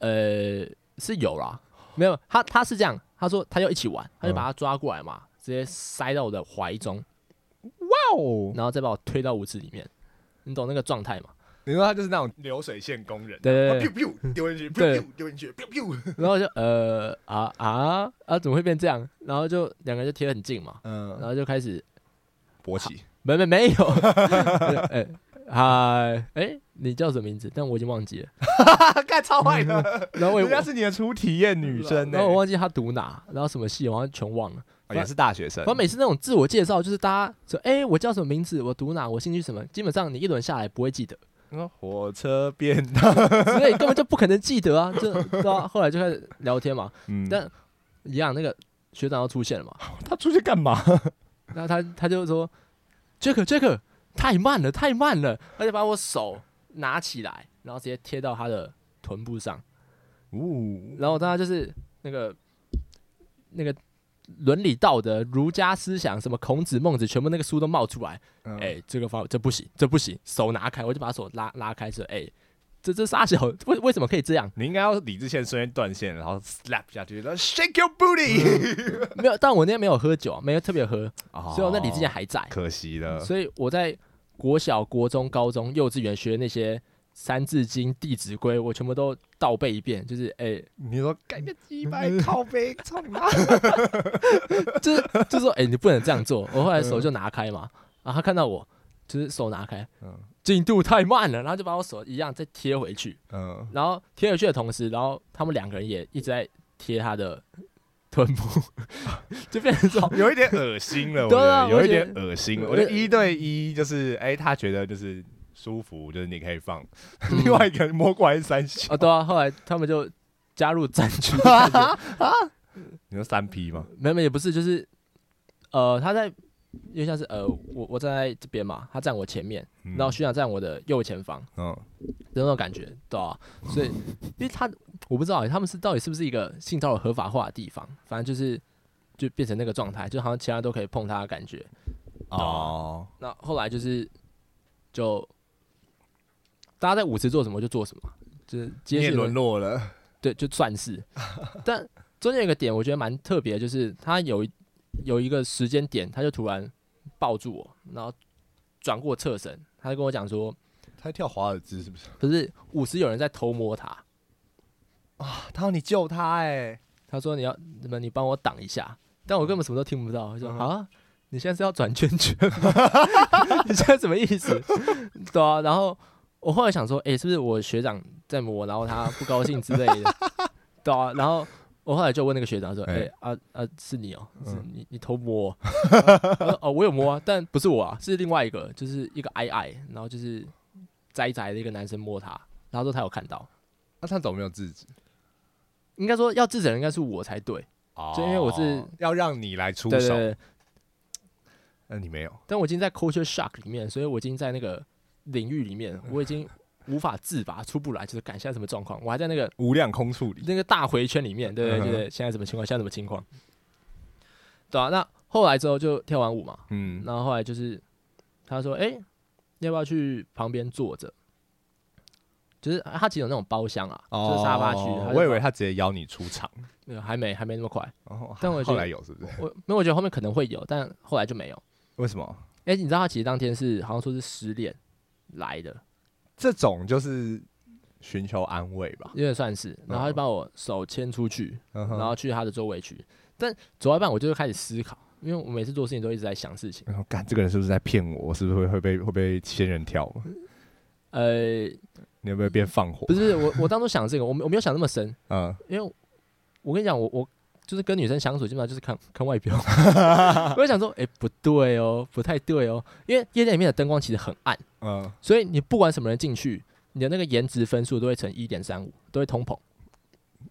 [SPEAKER 1] 呃，是有啦，没有，他他是这样，他说他要一起玩，他就把他抓过来嘛，直接塞到我的怀中，
[SPEAKER 2] 哦，
[SPEAKER 1] 然后再把我推到舞池里面，你懂那个状态吗？
[SPEAKER 2] 你说他就是那种流水线工人，
[SPEAKER 1] 对对对
[SPEAKER 2] 啊，biu biu 丢进去
[SPEAKER 1] 对
[SPEAKER 2] ，biu biu 丢进去，biu biu。
[SPEAKER 1] 然后就呃啊啊啊，怎么会变这样？然后就两个人就贴得很近嘛，然
[SPEAKER 2] 嗯，
[SPEAKER 1] 后就开始
[SPEAKER 2] 勃起。
[SPEAKER 1] 没没没有， 哎嗨哎，你叫什么名字？但我已经忘记了，嗯
[SPEAKER 2] 他 干超坏的，
[SPEAKER 1] 然后我也
[SPEAKER 2] 人家是你的初体验女生欸呢、
[SPEAKER 1] 然后我忘记他读哪，然后什么系，我好像全忘了。
[SPEAKER 2] 哦也是大学生
[SPEAKER 1] 反，正每次那种自我介绍，就是大家说：“哎、我叫什么名字？我读哪？我兴趣什么？”基本上你一轮下来不会记得，
[SPEAKER 2] 火车便 当，
[SPEAKER 1] 所以根本就不可能记得啊！就对啊，后来就开始聊天嘛，
[SPEAKER 2] 嗯
[SPEAKER 1] 但一样那个学长要出现了嘛，
[SPEAKER 2] 他出去干嘛？
[SPEAKER 1] 然后他他就说：“Jack Jack，太慢了，太慢了！”他就把我手拿起来，然后直接贴到他的臀部上，
[SPEAKER 2] 呜、
[SPEAKER 1] 然后大家就是那个那个伦理道德、儒家思想，什么孔子、孟子，全部那个书都冒出来。
[SPEAKER 2] 嗯？
[SPEAKER 1] 哎、这个方这不行，这不行，手拿开，我就把手拉拉开，说，哎、这这傻小，为为什么可以这样
[SPEAKER 2] 你应该要理智线瞬间断线，然后 slap 下去，然后 shake your booty。
[SPEAKER 1] 没有，但我那天没有喝酒啊，没有特别喝，所以我那理智线
[SPEAKER 2] 哦
[SPEAKER 1] 还在。
[SPEAKER 2] 可惜了。
[SPEAKER 1] 所以我在国小、国中、高中、幼稚园学的那些三字经》《弟子规》，我全部都倒背一遍，就是哎、
[SPEAKER 2] 你说改个鸡掰，靠背，操你妈！
[SPEAKER 1] 就是就是说哎、你不能这样做。我后来手就拿开嘛，然后他看到我就是手拿开
[SPEAKER 2] 嗯，
[SPEAKER 1] 进度太慢了，然后就把我手一样再贴回去，
[SPEAKER 2] 嗯，
[SPEAKER 1] 然后贴回去的同时，然后他们两个人也一直在贴他的臀部， 就变成说
[SPEAKER 2] 有一点恶心了，我 觉
[SPEAKER 1] 对啊
[SPEAKER 2] 得有一
[SPEAKER 1] 我觉
[SPEAKER 2] 点
[SPEAKER 1] 得呃
[SPEAKER 2] 恶心了。
[SPEAKER 1] 我
[SPEAKER 2] 我觉得
[SPEAKER 1] 觉得
[SPEAKER 2] 一对一就是，哎，他觉得就是舒服，就是你可以放，
[SPEAKER 1] 嗯
[SPEAKER 2] 另外一个人摸过来三下
[SPEAKER 1] 啊，，对啊，后来他们就加入战区感觉，
[SPEAKER 2] 你说三 P 吗？
[SPEAKER 1] 没有没有也不是，就是呃，他在因为像是呃，我我站在这边嘛，他站我前面，
[SPEAKER 2] 嗯
[SPEAKER 1] 然后学长站我的右前方，
[SPEAKER 2] 嗯，
[SPEAKER 1] 的那种感觉，对啊？所以，因为他我不知道欸、他们是到底是不是一个性骚扰合法化的地方，反正就是就变成那个状态，就好像其他人都可以碰他的感觉。啊
[SPEAKER 2] 哦，
[SPEAKER 1] 那后来就是就大家在舞池做什么就做什么，就是
[SPEAKER 2] 你
[SPEAKER 1] 接
[SPEAKER 2] 也
[SPEAKER 1] 续
[SPEAKER 2] 沦落了，
[SPEAKER 1] 对，就算是。但中间有一个点，我觉得蛮特别，就是他有一有一个时间点，他就突然抱住我，然后转过侧身，他就跟我讲说，
[SPEAKER 2] 他跳华尔兹是不是？
[SPEAKER 1] 不是舞池有人在偷摸他。
[SPEAKER 2] 他要你救他，哎，
[SPEAKER 1] 他说你要什么？你帮我挡一下，但我根本什么都听不到。我说
[SPEAKER 2] 嗯
[SPEAKER 1] 啊，你现在是要转圈圈吗？ 你现在什么意思？对啊，然后我后来想说，诶，是不是我学长在磨，然后他不高兴之类的？ 对啊，然后我后来就问那个学长说，
[SPEAKER 2] 哎
[SPEAKER 1] 诶，啊啊，是你哦、是
[SPEAKER 2] 嗯
[SPEAKER 1] 你你偷摸哦、他说哦，我有摸啊，但不是我啊，是另外一个，就是一个矮矮，然后就是宅宅的一个男生摸他，然后他说他有看到，
[SPEAKER 2] 那啊他怎么没有制止？
[SPEAKER 1] 应该说要制止的人应该是我才对，
[SPEAKER 2] 哦
[SPEAKER 1] 就因为我是
[SPEAKER 2] 要让你来出
[SPEAKER 1] 对对
[SPEAKER 2] 手，
[SPEAKER 1] 对。
[SPEAKER 2] 那你没有，
[SPEAKER 1] 但我已经在 culture shock 里面，所以我已经在那个领域里面，我已 经无法自拔，出不来，就是感现在什么状况，我还在那个
[SPEAKER 2] 无量空处理，
[SPEAKER 1] 那个大回圈里面，对不
[SPEAKER 2] 嗯哼
[SPEAKER 1] 对？对，现在什么情况？现在什么情况？对啊，那后来之后就跳完舞嘛，啊
[SPEAKER 2] 嗯，
[SPEAKER 1] 然后后来就是他说，哎、要不要去旁边坐着？就是啊他其实有那种包厢啊，就是沙发区。他就
[SPEAKER 2] 哦我以为他直接邀你出场，
[SPEAKER 1] 没有还没还没那么快，
[SPEAKER 2] 哦
[SPEAKER 1] 但我觉得
[SPEAKER 2] 后来有是不是？
[SPEAKER 1] 我没有，我觉得后面可能会有，但后来就没有。
[SPEAKER 2] 为什么？
[SPEAKER 1] 哎、你知道他其实当天是好像说是失恋来的，
[SPEAKER 2] 这种就是寻求安慰吧，
[SPEAKER 1] 因为算是，然后他
[SPEAKER 2] 嗯
[SPEAKER 1] 就把我手牵出去，
[SPEAKER 2] 然
[SPEAKER 1] 然后去他的周围去。但走到一半，我就会开始思考，因为我每次做事情都一直在想事情。
[SPEAKER 2] 然后干这个人是不是在骗我？我是不是会会被会被仙人跳嘛？
[SPEAKER 1] 呃，
[SPEAKER 2] 你有没有变放火？
[SPEAKER 1] 不是不是，我我当初想这个，我没我没有想那么深，
[SPEAKER 2] 嗯，
[SPEAKER 1] 因为我跟你讲，我我就是跟女生相处，基本上就是看看外表。 我就想说，哎、不对哦，不太对哦，因为夜店里面的灯光其实很暗，
[SPEAKER 2] 嗯
[SPEAKER 1] 所以你不管什么人进去，你的那个颜值分数都会乘一点三五，都会通膨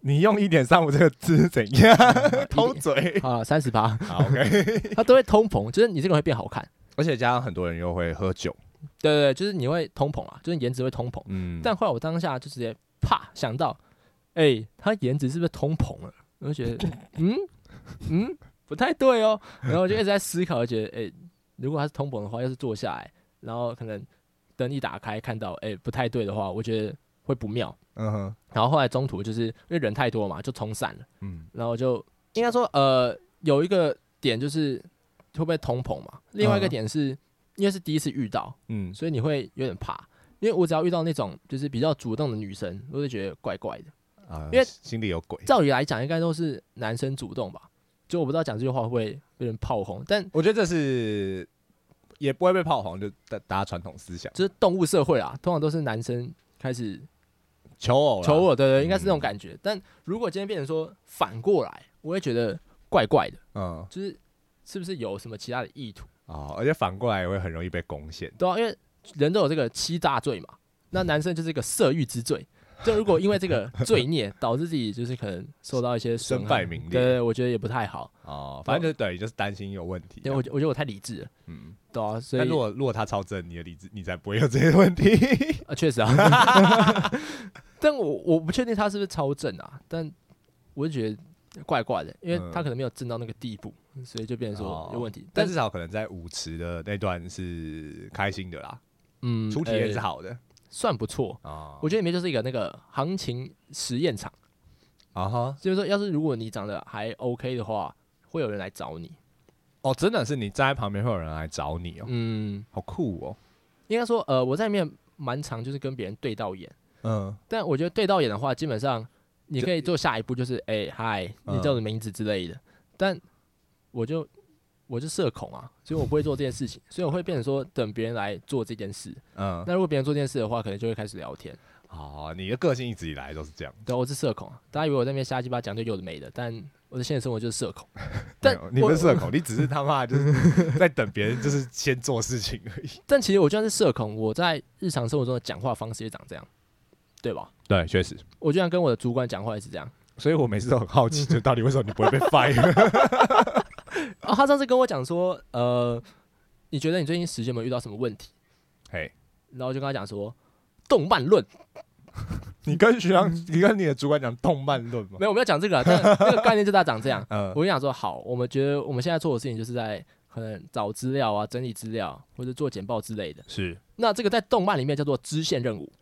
[SPEAKER 2] 你用一点三五这个字是怎样？ 偷嘴。
[SPEAKER 1] 啊，三十八，
[SPEAKER 2] 好，OK。
[SPEAKER 1] 它都会通膨，就是你这个人会变好看。
[SPEAKER 2] 而且加上很多人又会喝酒，
[SPEAKER 1] 对对，对，就是你会通膨啊，就是颜值会通膨。
[SPEAKER 2] 嗯，
[SPEAKER 1] 但后来我当下就直接啪想到，哎、他颜值是不是通膨了？我就 觉得，嗯嗯，不太对哦。然后我就一直在思考，就觉得，哎、如果他是通膨的话，要是坐下来，然后可能灯一打开看到，哎、不太对的话，我觉得会不妙。
[SPEAKER 2] 嗯哼，
[SPEAKER 1] 然后后来中途就是因为人太多嘛，就冲散了。
[SPEAKER 2] 嗯，
[SPEAKER 1] 然后就应该说，呃，有一个点就是会不会通膨嘛，另外一个
[SPEAKER 2] 嗯
[SPEAKER 1] 点是、因为是第一次遇到，
[SPEAKER 2] 嗯，
[SPEAKER 1] 所以你会有点怕。因为我只要遇到那种就是比较主动的女生，我就觉得怪怪的。
[SPEAKER 2] 啊，
[SPEAKER 1] 因为
[SPEAKER 2] 心里有鬼。
[SPEAKER 1] 照理来讲，应该都是男生主动吧？就我不知道讲这句话会不会被人炮轰，但
[SPEAKER 2] 我觉得这是也不会被炮黄，就大大家传统思想，
[SPEAKER 1] 就是动物社会啊，通常都是男生开始
[SPEAKER 2] 求偶啦，
[SPEAKER 1] 求我，对对，应该是
[SPEAKER 2] 嗯
[SPEAKER 1] 这种感觉。但如果今天变成说反过来，我会觉得怪怪的，
[SPEAKER 2] 嗯，
[SPEAKER 1] 就是是不是有什么其他的意图？
[SPEAKER 2] 哦，而且反过来也会很容易被攻陷，
[SPEAKER 1] 对啊，因为人都有这个七大罪嘛，那男生就是一个色欲之罪。就如果因为这 个罪孽导致自己就是可能受到一些损
[SPEAKER 2] 身
[SPEAKER 1] 害
[SPEAKER 2] 败名裂
[SPEAKER 1] 对，我觉得也不太好。
[SPEAKER 2] 哦，反正就是等于就是担心有问题
[SPEAKER 1] 对，
[SPEAKER 2] 啊，
[SPEAKER 1] 我觉我觉得我太理智了，
[SPEAKER 2] 嗯。
[SPEAKER 1] 对啊，所
[SPEAKER 2] 但
[SPEAKER 1] 以
[SPEAKER 2] 如果如果他超正，你的理智，你才不会有这些问 题。
[SPEAKER 1] 啊确实啊， 但我我不确定他是不是超正啊，但我就觉得怪怪的，因为他可能没有正到那个地步，所以就变成说有问题。
[SPEAKER 2] 嗯哦但
[SPEAKER 1] 但
[SPEAKER 2] 至
[SPEAKER 1] 是
[SPEAKER 2] 少可能在舞池的那段是开心的啦，
[SPEAKER 1] 嗯，
[SPEAKER 2] 初体验是
[SPEAKER 1] 呃
[SPEAKER 2] 好的
[SPEAKER 1] 算不错，
[SPEAKER 2] 啊
[SPEAKER 1] 我觉得里面就是一个那个行情实验场，
[SPEAKER 2] 啊哈
[SPEAKER 1] 就是说要是如果你长得还 OK 的话，会有人来找你。
[SPEAKER 2] 哦，真的是你站在旁边会有人来找你哦，
[SPEAKER 1] 嗯，
[SPEAKER 2] 好酷哦，
[SPEAKER 1] 应该说，呃，我在里面蛮常就是跟别人对到眼，
[SPEAKER 2] 嗯，
[SPEAKER 1] 但我觉得对到眼的话，基本上你
[SPEAKER 2] 就嗯
[SPEAKER 1] 可以做下一步就是哎嗨、你叫我的名字之类的，但我就我就社恐啊，所以我不会做这件事情，所以我会变成说等别人来做这件事。
[SPEAKER 2] 嗯，
[SPEAKER 1] 那如果别人做这件事的话，可能就会开始聊 天。
[SPEAKER 2] 哦，你的个性一直以来都是这样，
[SPEAKER 1] 对啊，我是社恐啊，大家以为我在那边瞎鸡巴讲就有的没的，但我的现实生活就是社 恐。但
[SPEAKER 2] 没有你不
[SPEAKER 1] 我
[SPEAKER 2] 是社恐，你只是他妈就是 在等别人，就是先做事情而已。
[SPEAKER 1] 但其实我就算是社恐，我在日常生活中的讲话方式也长这样，对吧？
[SPEAKER 2] 对，确实，
[SPEAKER 1] 我就像跟我的主管讲话也是这样。
[SPEAKER 2] 所以我每次都很好 奇，就到底为什么你不会被 fire？
[SPEAKER 1] 啊，他上次跟我讲说，呃，你觉得你最近时间有没有遇到什么问题？
[SPEAKER 2] 嘿，
[SPEAKER 1] 然后我就跟他讲说，动漫论。
[SPEAKER 2] 你跟学长，你跟你的主管讲动漫论吗。
[SPEAKER 1] 没？有，我们要讲这个啊，但那个概念就大家长这样
[SPEAKER 2] 嗯
[SPEAKER 1] 我跟你讲说，好，我们觉得我们现在做的事情就是在可能找资料啊、整理资料或者做简报之类的。
[SPEAKER 2] 是，
[SPEAKER 1] 那这个在动漫里面叫做支线任务，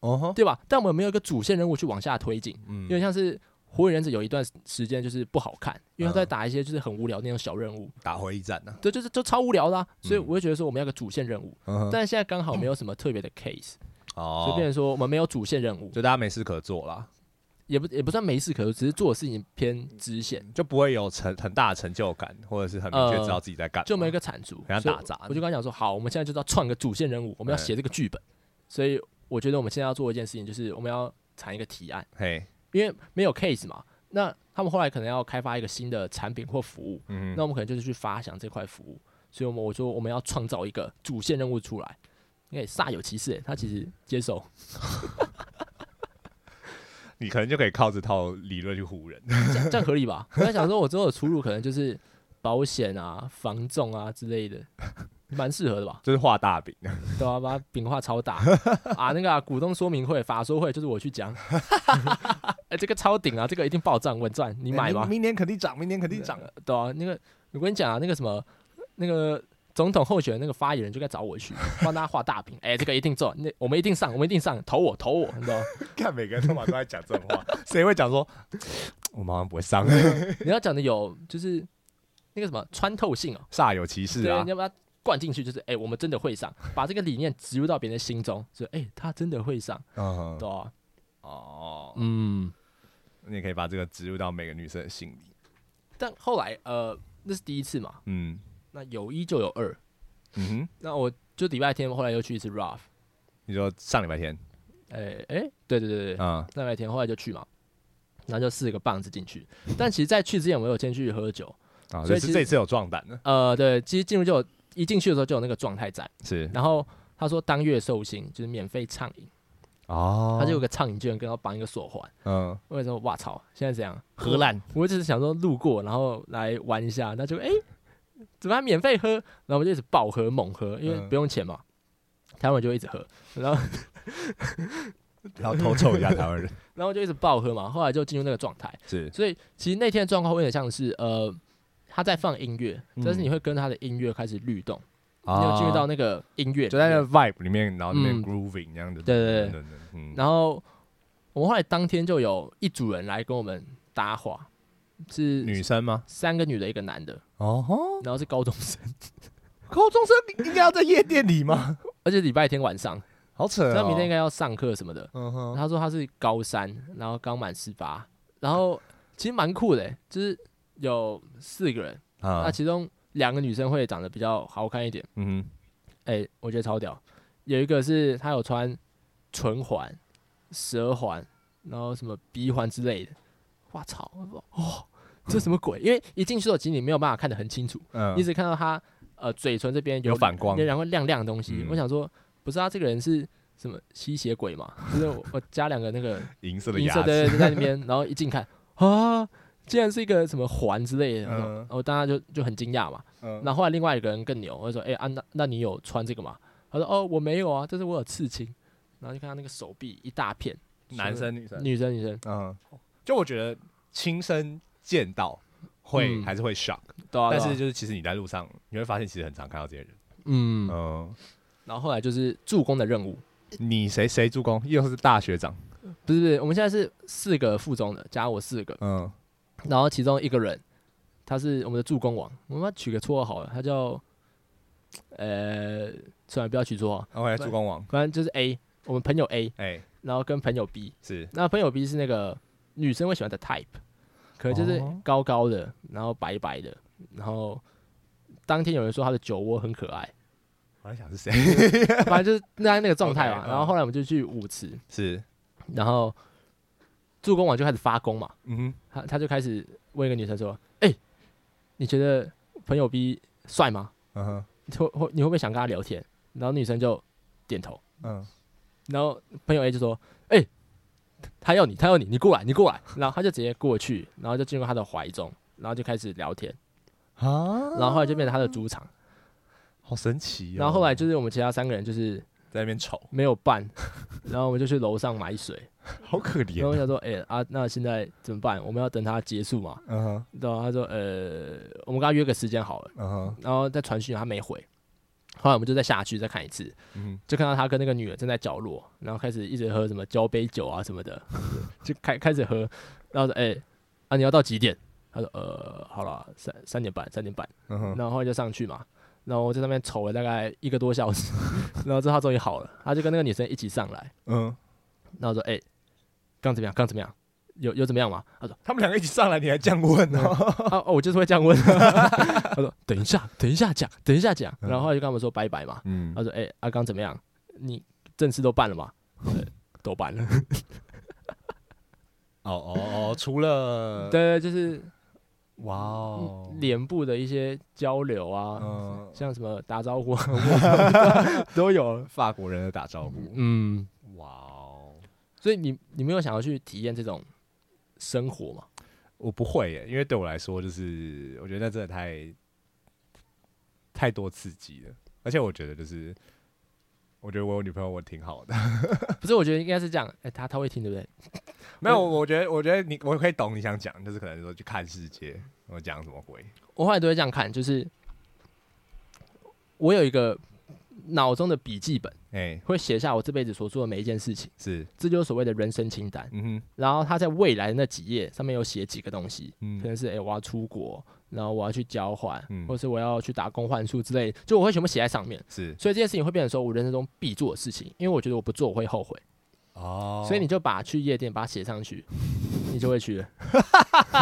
[SPEAKER 2] 哦吼，
[SPEAKER 1] 对吧？但我们没有一个主线任务去往下推进，
[SPEAKER 2] 嗯
[SPEAKER 1] 因为像是《火影忍者》有一段时间就是不好看，因为他在
[SPEAKER 2] 嗯
[SPEAKER 1] 打一些就是很无聊的那种小任务，
[SPEAKER 2] 打回一战啊呢、
[SPEAKER 1] 对，就是就超无聊啦、啊所以
[SPEAKER 2] 嗯
[SPEAKER 1] 我会觉得说我们要个主线任务，
[SPEAKER 2] 嗯哼
[SPEAKER 1] 但现在刚好没有什么特别的 case，所以变
[SPEAKER 2] 哦，
[SPEAKER 1] 成说我们没有主线任务，
[SPEAKER 2] 就大家没事可做啦，
[SPEAKER 1] 也不也不算没事可做，只是做的事情偏支线，
[SPEAKER 2] 就不会有成很大的成就感，或者是很明确知道自己在干嘛、
[SPEAKER 1] 就没有一个产出，
[SPEAKER 2] 人家
[SPEAKER 1] 所以
[SPEAKER 2] 嗯打杂
[SPEAKER 1] 我就跟他讲说，好，我们现在就是要创个主线任务，我们要
[SPEAKER 2] 嗯
[SPEAKER 1] 写这个剧本，所以我觉得我们现在要做一件事情，就是我们要产一个提案，
[SPEAKER 2] 嘿，
[SPEAKER 1] 因为没有 case 嘛，那他们后来可能要开发一个新的产品或服务，
[SPEAKER 2] 嗯
[SPEAKER 1] 那我们可能就是去发想这块服务，所以我们我说我们要创造一个主线任务出来。因为煞有其事欸，他其实接受，
[SPEAKER 2] 哼，你可能就可以靠这套理论去唬人。
[SPEAKER 1] 这样这样合理吧？我 在想说，我之后的出路可能就是保险啊、房仲啊之类的，蛮适合的吧？
[SPEAKER 2] 就是画大饼，
[SPEAKER 1] 对啊，把饼画超大啊！那个啊、股东说明会、法说会就是我去讲， 哎、这个超顶啊，这个一定爆赚稳赚，你
[SPEAKER 2] 哎你
[SPEAKER 1] 买吧。
[SPEAKER 2] 明年肯定涨，明年肯定涨。
[SPEAKER 1] 对啊，那个我跟你讲啊，那个什么，那个总统候选人那个发言人就该找我去， 帮大家画大饼。哎、这个一定做，那我们一定上，我们一定上，投我，投我，你知 道吗？
[SPEAKER 2] 看每个人他妈都在讲这种 话，谁会讲说我们好像不会啊上？
[SPEAKER 1] 你要讲的有就是那个什么穿透性哦、
[SPEAKER 2] 煞有其事
[SPEAKER 1] 对，
[SPEAKER 2] 啊
[SPEAKER 1] 你！要把它灌进去，就是哎、我们真的会上，把这个理念植入到别人的心中，所以哎、他真的会上，
[SPEAKER 2] 嗯
[SPEAKER 1] 对啊，
[SPEAKER 2] 哦，
[SPEAKER 1] 嗯。
[SPEAKER 2] 你也可以把这个植入到每个女生的心里。
[SPEAKER 1] 但后来呃，那是第一次嘛，
[SPEAKER 2] 嗯
[SPEAKER 1] 那有一就有二。
[SPEAKER 2] 嗯哼，
[SPEAKER 1] 那我就礼拜天后来又去一次 Rough，
[SPEAKER 2] 你说上礼拜天，
[SPEAKER 1] 哎、哎、对对对对，
[SPEAKER 2] 嗯
[SPEAKER 1] 那礼拜天后来就去嘛，然后就四个棒子进去。但其实，在去之前，我有先去喝酒，
[SPEAKER 2] 啊，
[SPEAKER 1] 所
[SPEAKER 2] 所
[SPEAKER 1] 以
[SPEAKER 2] 以
[SPEAKER 1] 其实
[SPEAKER 2] 是这次有壮胆的，
[SPEAKER 1] 呃，对，其实进入就有一进去的时候就有那个状态在。
[SPEAKER 2] 是
[SPEAKER 1] 然后他说当月寿星就是免费畅饮，
[SPEAKER 2] 哦
[SPEAKER 1] 他就有个畅饮券，跟他绑一个手环。
[SPEAKER 2] 嗯，
[SPEAKER 1] 我也说哇操，现在怎 样？
[SPEAKER 2] 荷兰
[SPEAKER 1] 我只是想说路过，然后来玩一下，那就哎、怎么还免费喝？然后我们就一直爆喝猛喝，因为
[SPEAKER 2] 嗯
[SPEAKER 1] 不用钱嘛，台湾人就一直喝，然后
[SPEAKER 2] 然后偷臭一下台湾人，
[SPEAKER 1] 然后就一直爆喝嘛，后来就进入那个状态。
[SPEAKER 2] 是
[SPEAKER 1] 所以其实那天的状况有点像是呃，他在放音乐，
[SPEAKER 2] 嗯
[SPEAKER 1] 但是你会跟他的音乐开始律动，
[SPEAKER 2] 啊
[SPEAKER 1] 你有进入到那个音乐里面，
[SPEAKER 2] 就在那个 vibe 里面，然后那边
[SPEAKER 1] 嗯
[SPEAKER 2] grooving 这样子，
[SPEAKER 1] 对对对
[SPEAKER 2] 对，嗯，
[SPEAKER 1] 然后我们后来当天就有一组人来跟我们搭话，
[SPEAKER 2] 女
[SPEAKER 1] 是
[SPEAKER 2] 生吗？
[SPEAKER 1] 三个女的，一个男的，
[SPEAKER 2] 哦吼，
[SPEAKER 1] 然后是高中生，
[SPEAKER 2] 高中生应该要在夜店里吗？
[SPEAKER 1] 而且礼拜天晚上，
[SPEAKER 2] 好扯
[SPEAKER 1] 所以他
[SPEAKER 2] 哦，
[SPEAKER 1] 明天应该要上课什么的。
[SPEAKER 2] 嗯哼，
[SPEAKER 1] 他说他是高三，然后刚满十八，然后其实蛮酷的欸、就是有四个人，那
[SPEAKER 2] 啊，
[SPEAKER 1] 其中两个女生会长得比较好看一点，
[SPEAKER 2] 嗯哼。
[SPEAKER 1] 哎、我觉得超屌。有一个是她有穿唇环、舌环，然后什么鼻环之类的，哇操！哦，这什么鬼？因为一进去的时候，其实你没有办法看得很清楚，
[SPEAKER 2] 嗯
[SPEAKER 1] 你只看到她呃嘴唇这边
[SPEAKER 2] 有反光
[SPEAKER 1] 然后亮亮的东西。
[SPEAKER 2] 嗯
[SPEAKER 1] 我想说，不是啊，这个人是什么吸血鬼嘛？就是我我加两个那 个
[SPEAKER 2] 银色的
[SPEAKER 1] 银
[SPEAKER 2] 牙
[SPEAKER 1] 色
[SPEAKER 2] 齿，
[SPEAKER 1] 的在那边，然后一近看啊，竟然是一个什么环之类的，
[SPEAKER 2] 嗯
[SPEAKER 1] 然后大家就就很惊讶嘛。
[SPEAKER 2] 嗯
[SPEAKER 1] 那后来另外一个人更牛，我就说：“哎、啊，那那你有穿这个吗？”他说：“哦，我没有啊，但是我有刺青。”然后就看他那个手臂一大片，
[SPEAKER 2] 男生女生，
[SPEAKER 1] 女生女生，
[SPEAKER 2] 嗯，就我觉得亲身见到会
[SPEAKER 1] 嗯
[SPEAKER 2] 还是会 shock，
[SPEAKER 1] 对啊，
[SPEAKER 2] 但
[SPEAKER 1] 对啊
[SPEAKER 2] 是就是其实你在路上你会发现，其实很常看到这些人。
[SPEAKER 1] 嗯，
[SPEAKER 2] 嗯，
[SPEAKER 1] 然后后来就是助攻的任务，
[SPEAKER 2] 你谁谁助攻，又是大学长，
[SPEAKER 1] 不是不是，我们现在是四个附中的加我四个，
[SPEAKER 2] 嗯，
[SPEAKER 1] 然后其中一个人他是我们的助攻王，我们把他取个绰号好了，他叫呃，算了，不要取错，
[SPEAKER 2] 然后来助攻王，
[SPEAKER 1] 反正就是 A，我们朋友 A，
[SPEAKER 2] 哎，
[SPEAKER 1] 然后跟朋友 B，
[SPEAKER 2] 是
[SPEAKER 1] 那朋友 B 是那个女生会喜欢的 type，可能就是
[SPEAKER 2] 哦
[SPEAKER 1] 高高的，然后白白的，然后当天有人说他的酒窝很可爱，
[SPEAKER 2] 我在想是谁？
[SPEAKER 1] 反正就是那那个状态嘛。
[SPEAKER 2] OK，嗯
[SPEAKER 1] 然后后来我们就去舞池，
[SPEAKER 2] 是，
[SPEAKER 1] 然后助攻网就开始发功嘛，
[SPEAKER 2] 嗯哼，
[SPEAKER 1] 他他就开始问一个女生说：“哎、你觉得朋友 B 帅吗？
[SPEAKER 2] 嗯哼，
[SPEAKER 1] 会会你会不会想跟他聊天？”然后女生就点头，
[SPEAKER 2] 嗯，
[SPEAKER 1] 然后朋友 A 就说：“哎、他要你，他要你，你过来，你过来。”然后他就直接过去，然后就进入他的怀中，然后就开始聊天，
[SPEAKER 2] 啊，
[SPEAKER 1] 然后后来就变成他的主场。
[SPEAKER 2] 好神奇哦。
[SPEAKER 1] 然后后来就是我们其他三个人就是
[SPEAKER 2] 在那边瞅，
[SPEAKER 1] 没有办， 然后我们就去楼上买水。
[SPEAKER 2] 好可
[SPEAKER 1] 然后我
[SPEAKER 2] 怜。
[SPEAKER 1] 想说：“哎、啊，那现在怎么办？我们要等他结束嘛
[SPEAKER 2] 嗯哼，？”
[SPEAKER 1] 然后他说：“呃，我们跟他约个时间好了。”
[SPEAKER 2] 嗯哼，
[SPEAKER 1] 然后再传讯，他没回。后来我们就再下去再看一次，
[SPEAKER 2] 嗯
[SPEAKER 1] 就看到他跟那个女的正在角落，然后开始一直喝什么交杯酒啊什么的， 就开开始喝。然后说：“哎、啊，你要到几点？”他说：“呃，好了，三三点半，三点半。”
[SPEAKER 2] 哼，嗯哼，
[SPEAKER 1] 然后后来就上去嘛，然后我在那边瞅了大概一个多小时，然后之后他终于好了，他就跟那个女生一起上来，
[SPEAKER 2] 嗯，
[SPEAKER 1] 然后说：“哎、刚怎么样？刚怎么样？有有怎么样吗？”他说
[SPEAKER 2] 他们两个一起上来，你还这样问呢？：“
[SPEAKER 1] 啊哦，我就是会这样问。” 他说：“等一下，等一下讲，等一下讲。”然后后来就跟他们说拜拜嘛。
[SPEAKER 2] 嗯
[SPEAKER 1] 他，说：“哎、阿刚怎么样？你正事都办了吗？”呃都办了。
[SPEAKER 2] 哦哦哦，除了，
[SPEAKER 1] 对，就是嗯
[SPEAKER 2] 哇哦，
[SPEAKER 1] 脸部的一些交流啊，
[SPEAKER 2] 嗯，
[SPEAKER 1] 像什么打招呼啊都有。
[SPEAKER 2] 法国人的打招呼，
[SPEAKER 1] 嗯，
[SPEAKER 2] 哇哦，
[SPEAKER 1] 所以你你没有想要去体验这种生活嘛？
[SPEAKER 2] 我不会耶，因为对我来说，就是我觉得那真的太太多刺激了，而且我觉得就是，我觉得我有女朋友我挺好的，
[SPEAKER 1] 不是，我觉得应该是这样。哎、他他会听对不对？
[SPEAKER 2] 没有，我觉得我觉得你我可以懂你想讲，就是可能说去看世界，我讲什么鬼，
[SPEAKER 1] 我后来都会这样看，就是我有一个脑中的笔记本，
[SPEAKER 2] 哎、
[SPEAKER 1] 会写下我这辈子所做的每一件事情，
[SPEAKER 2] 是，
[SPEAKER 1] 这就是所谓的人生清单。
[SPEAKER 2] 嗯哼，
[SPEAKER 1] 然后他在未来的那几页上面有写几个东西，可
[SPEAKER 2] 嗯，
[SPEAKER 1] 能是诶、我要出国，然后我要去交换，
[SPEAKER 2] 嗯
[SPEAKER 1] 或是我要去打工换宿之类的，就我会全部写在上面。
[SPEAKER 2] 是，
[SPEAKER 1] 所以这件事情会变成说我人生中必做的事情，因为我觉得我不做我会后悔，
[SPEAKER 2] 哦，
[SPEAKER 1] 所以你就把去夜店把它写上去，你就会去了。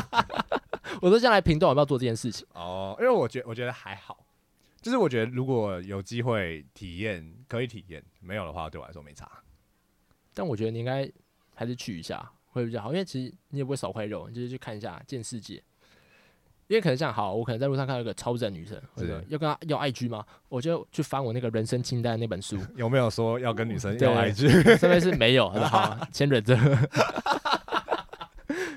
[SPEAKER 1] 我说下来评断我要不要做这件事情，
[SPEAKER 2] 哦，因为我觉我觉得还好，就是我觉得如果有机会体验，可以体验，没有的话对我来说没差，
[SPEAKER 1] 但我觉得你应该还是去一下会比较好，因为其实你也不会少块肉，你就是去看一下见世界。因为可能像好，我可能在路上看到一个超正的女生，或者
[SPEAKER 2] 是
[SPEAKER 1] 要跟她要 IG 吗？我就去翻我那个人生清单那本书，
[SPEAKER 2] 有没有说要跟女生
[SPEAKER 1] 嗯对
[SPEAKER 2] 要 IG？
[SPEAKER 1] 这边是没有，他说好，先忍着。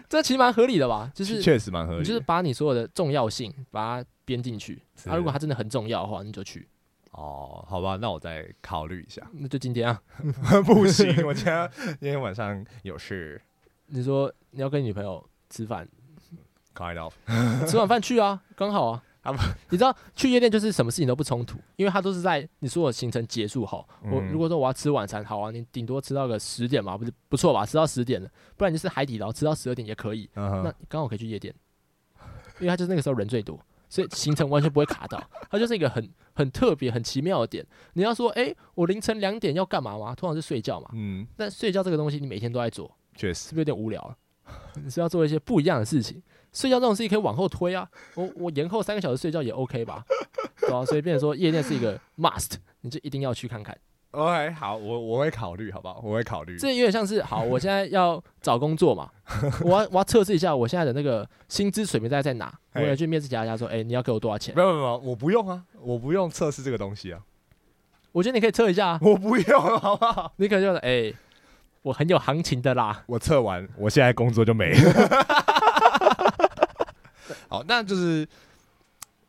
[SPEAKER 1] 这其实蛮合理的吧？就是
[SPEAKER 2] 确实蛮合理
[SPEAKER 1] 你
[SPEAKER 2] 的，
[SPEAKER 1] 就是把你所有的重要性把它编进去。
[SPEAKER 2] 是
[SPEAKER 1] 那、啊、如果它真的很重要的话，你就去。
[SPEAKER 2] 哦，好吧，那我再考虑一下。
[SPEAKER 1] 那就今天啊，
[SPEAKER 2] 不行，我今天今天晚上有事
[SPEAKER 1] 你说你要跟你女朋友吃饭，
[SPEAKER 2] ，kind of。
[SPEAKER 1] 吃晚饭去啊，刚好啊。
[SPEAKER 2] 啊不
[SPEAKER 1] 你知道去夜店就是什么事情都不冲突，因为它都是在你所有行程结束后。我
[SPEAKER 2] 嗯
[SPEAKER 1] 如果说我要吃晚餐，好啊，你顶多吃到个十点嘛，不是不错吧？吃到十点了，不然你就是海底捞吃到十二点也可以。
[SPEAKER 2] 嗯哼
[SPEAKER 1] 那刚好可以去夜店，因为他就是那个时候人最多，所以行程完全不会卡到。它就是一个很很特别、很奇妙的点。你要说，诶，我凌晨两点要干嘛吗？通常是睡觉嘛。
[SPEAKER 2] 嗯，
[SPEAKER 1] 但睡觉这个东西，你每天都在做，
[SPEAKER 2] 确
[SPEAKER 1] 是
[SPEAKER 2] 实，
[SPEAKER 1] 不是有点无聊了？你 是要做一些不一样的事情。睡觉这种事情可以往后推啊，我我延后三个小时睡觉也 OK 吧？对啊，所以变成说夜店是一个 must，你就一定要去看看。
[SPEAKER 2] OK，好，我我会考虑，好不好？我会考虑。
[SPEAKER 1] 这有点像是，好，我现在要找工作 嘛，我要我要测试一下我现在的那个薪资水平大概在哪。我
[SPEAKER 2] 嘿
[SPEAKER 1] 也去面试其他家说，诶，哎你要给我多少钱？
[SPEAKER 2] 没有没有没有，我不用啊，我不用测试这个东西啊，
[SPEAKER 1] 我觉得你可以测一下啊，
[SPEAKER 2] 我不用，好不好？
[SPEAKER 1] 你可能就是哎、我很有行情的啦。
[SPEAKER 2] 我测完，我现在工作就没了。 好，那就是，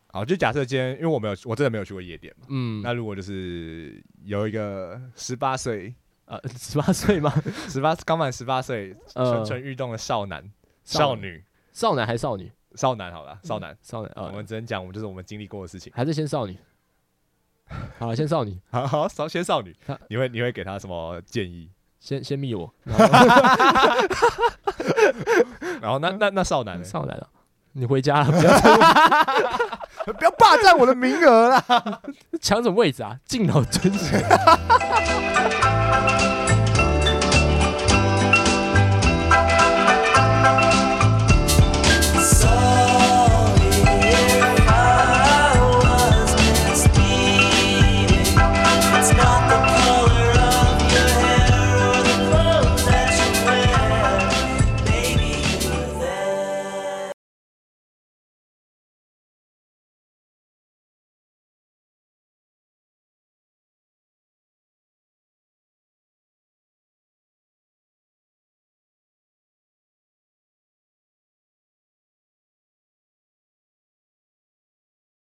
[SPEAKER 2] 好，就假设今天，因为我没有，我真的没有去过夜店嘛。
[SPEAKER 1] 嗯，
[SPEAKER 2] 那如果就是有一个十八岁、
[SPEAKER 1] 呃，十八岁吗？
[SPEAKER 2] 十八刚满十八岁、蠢
[SPEAKER 1] 呃，
[SPEAKER 2] 蠢欲动的少男、
[SPEAKER 1] 少
[SPEAKER 2] 少
[SPEAKER 1] 男
[SPEAKER 2] 女、
[SPEAKER 1] 少男还是少女？
[SPEAKER 2] 少男好了，少男，
[SPEAKER 1] 少男，嗯
[SPEAKER 2] 我
[SPEAKER 1] 呃
[SPEAKER 2] 们，只能讲我们就是我们经历过的事情。
[SPEAKER 1] 还是先少女。好，先少女，
[SPEAKER 2] 好好，少先少女
[SPEAKER 1] 他，
[SPEAKER 2] 你会你会给他什么建议？
[SPEAKER 1] 先先密 我，然后
[SPEAKER 2] 然后那那那少男 呢
[SPEAKER 1] 少男了，啊你回家了，不要
[SPEAKER 2] 不要霸占我的名额啦！
[SPEAKER 1] 抢什么位置啊？敬老尊贤。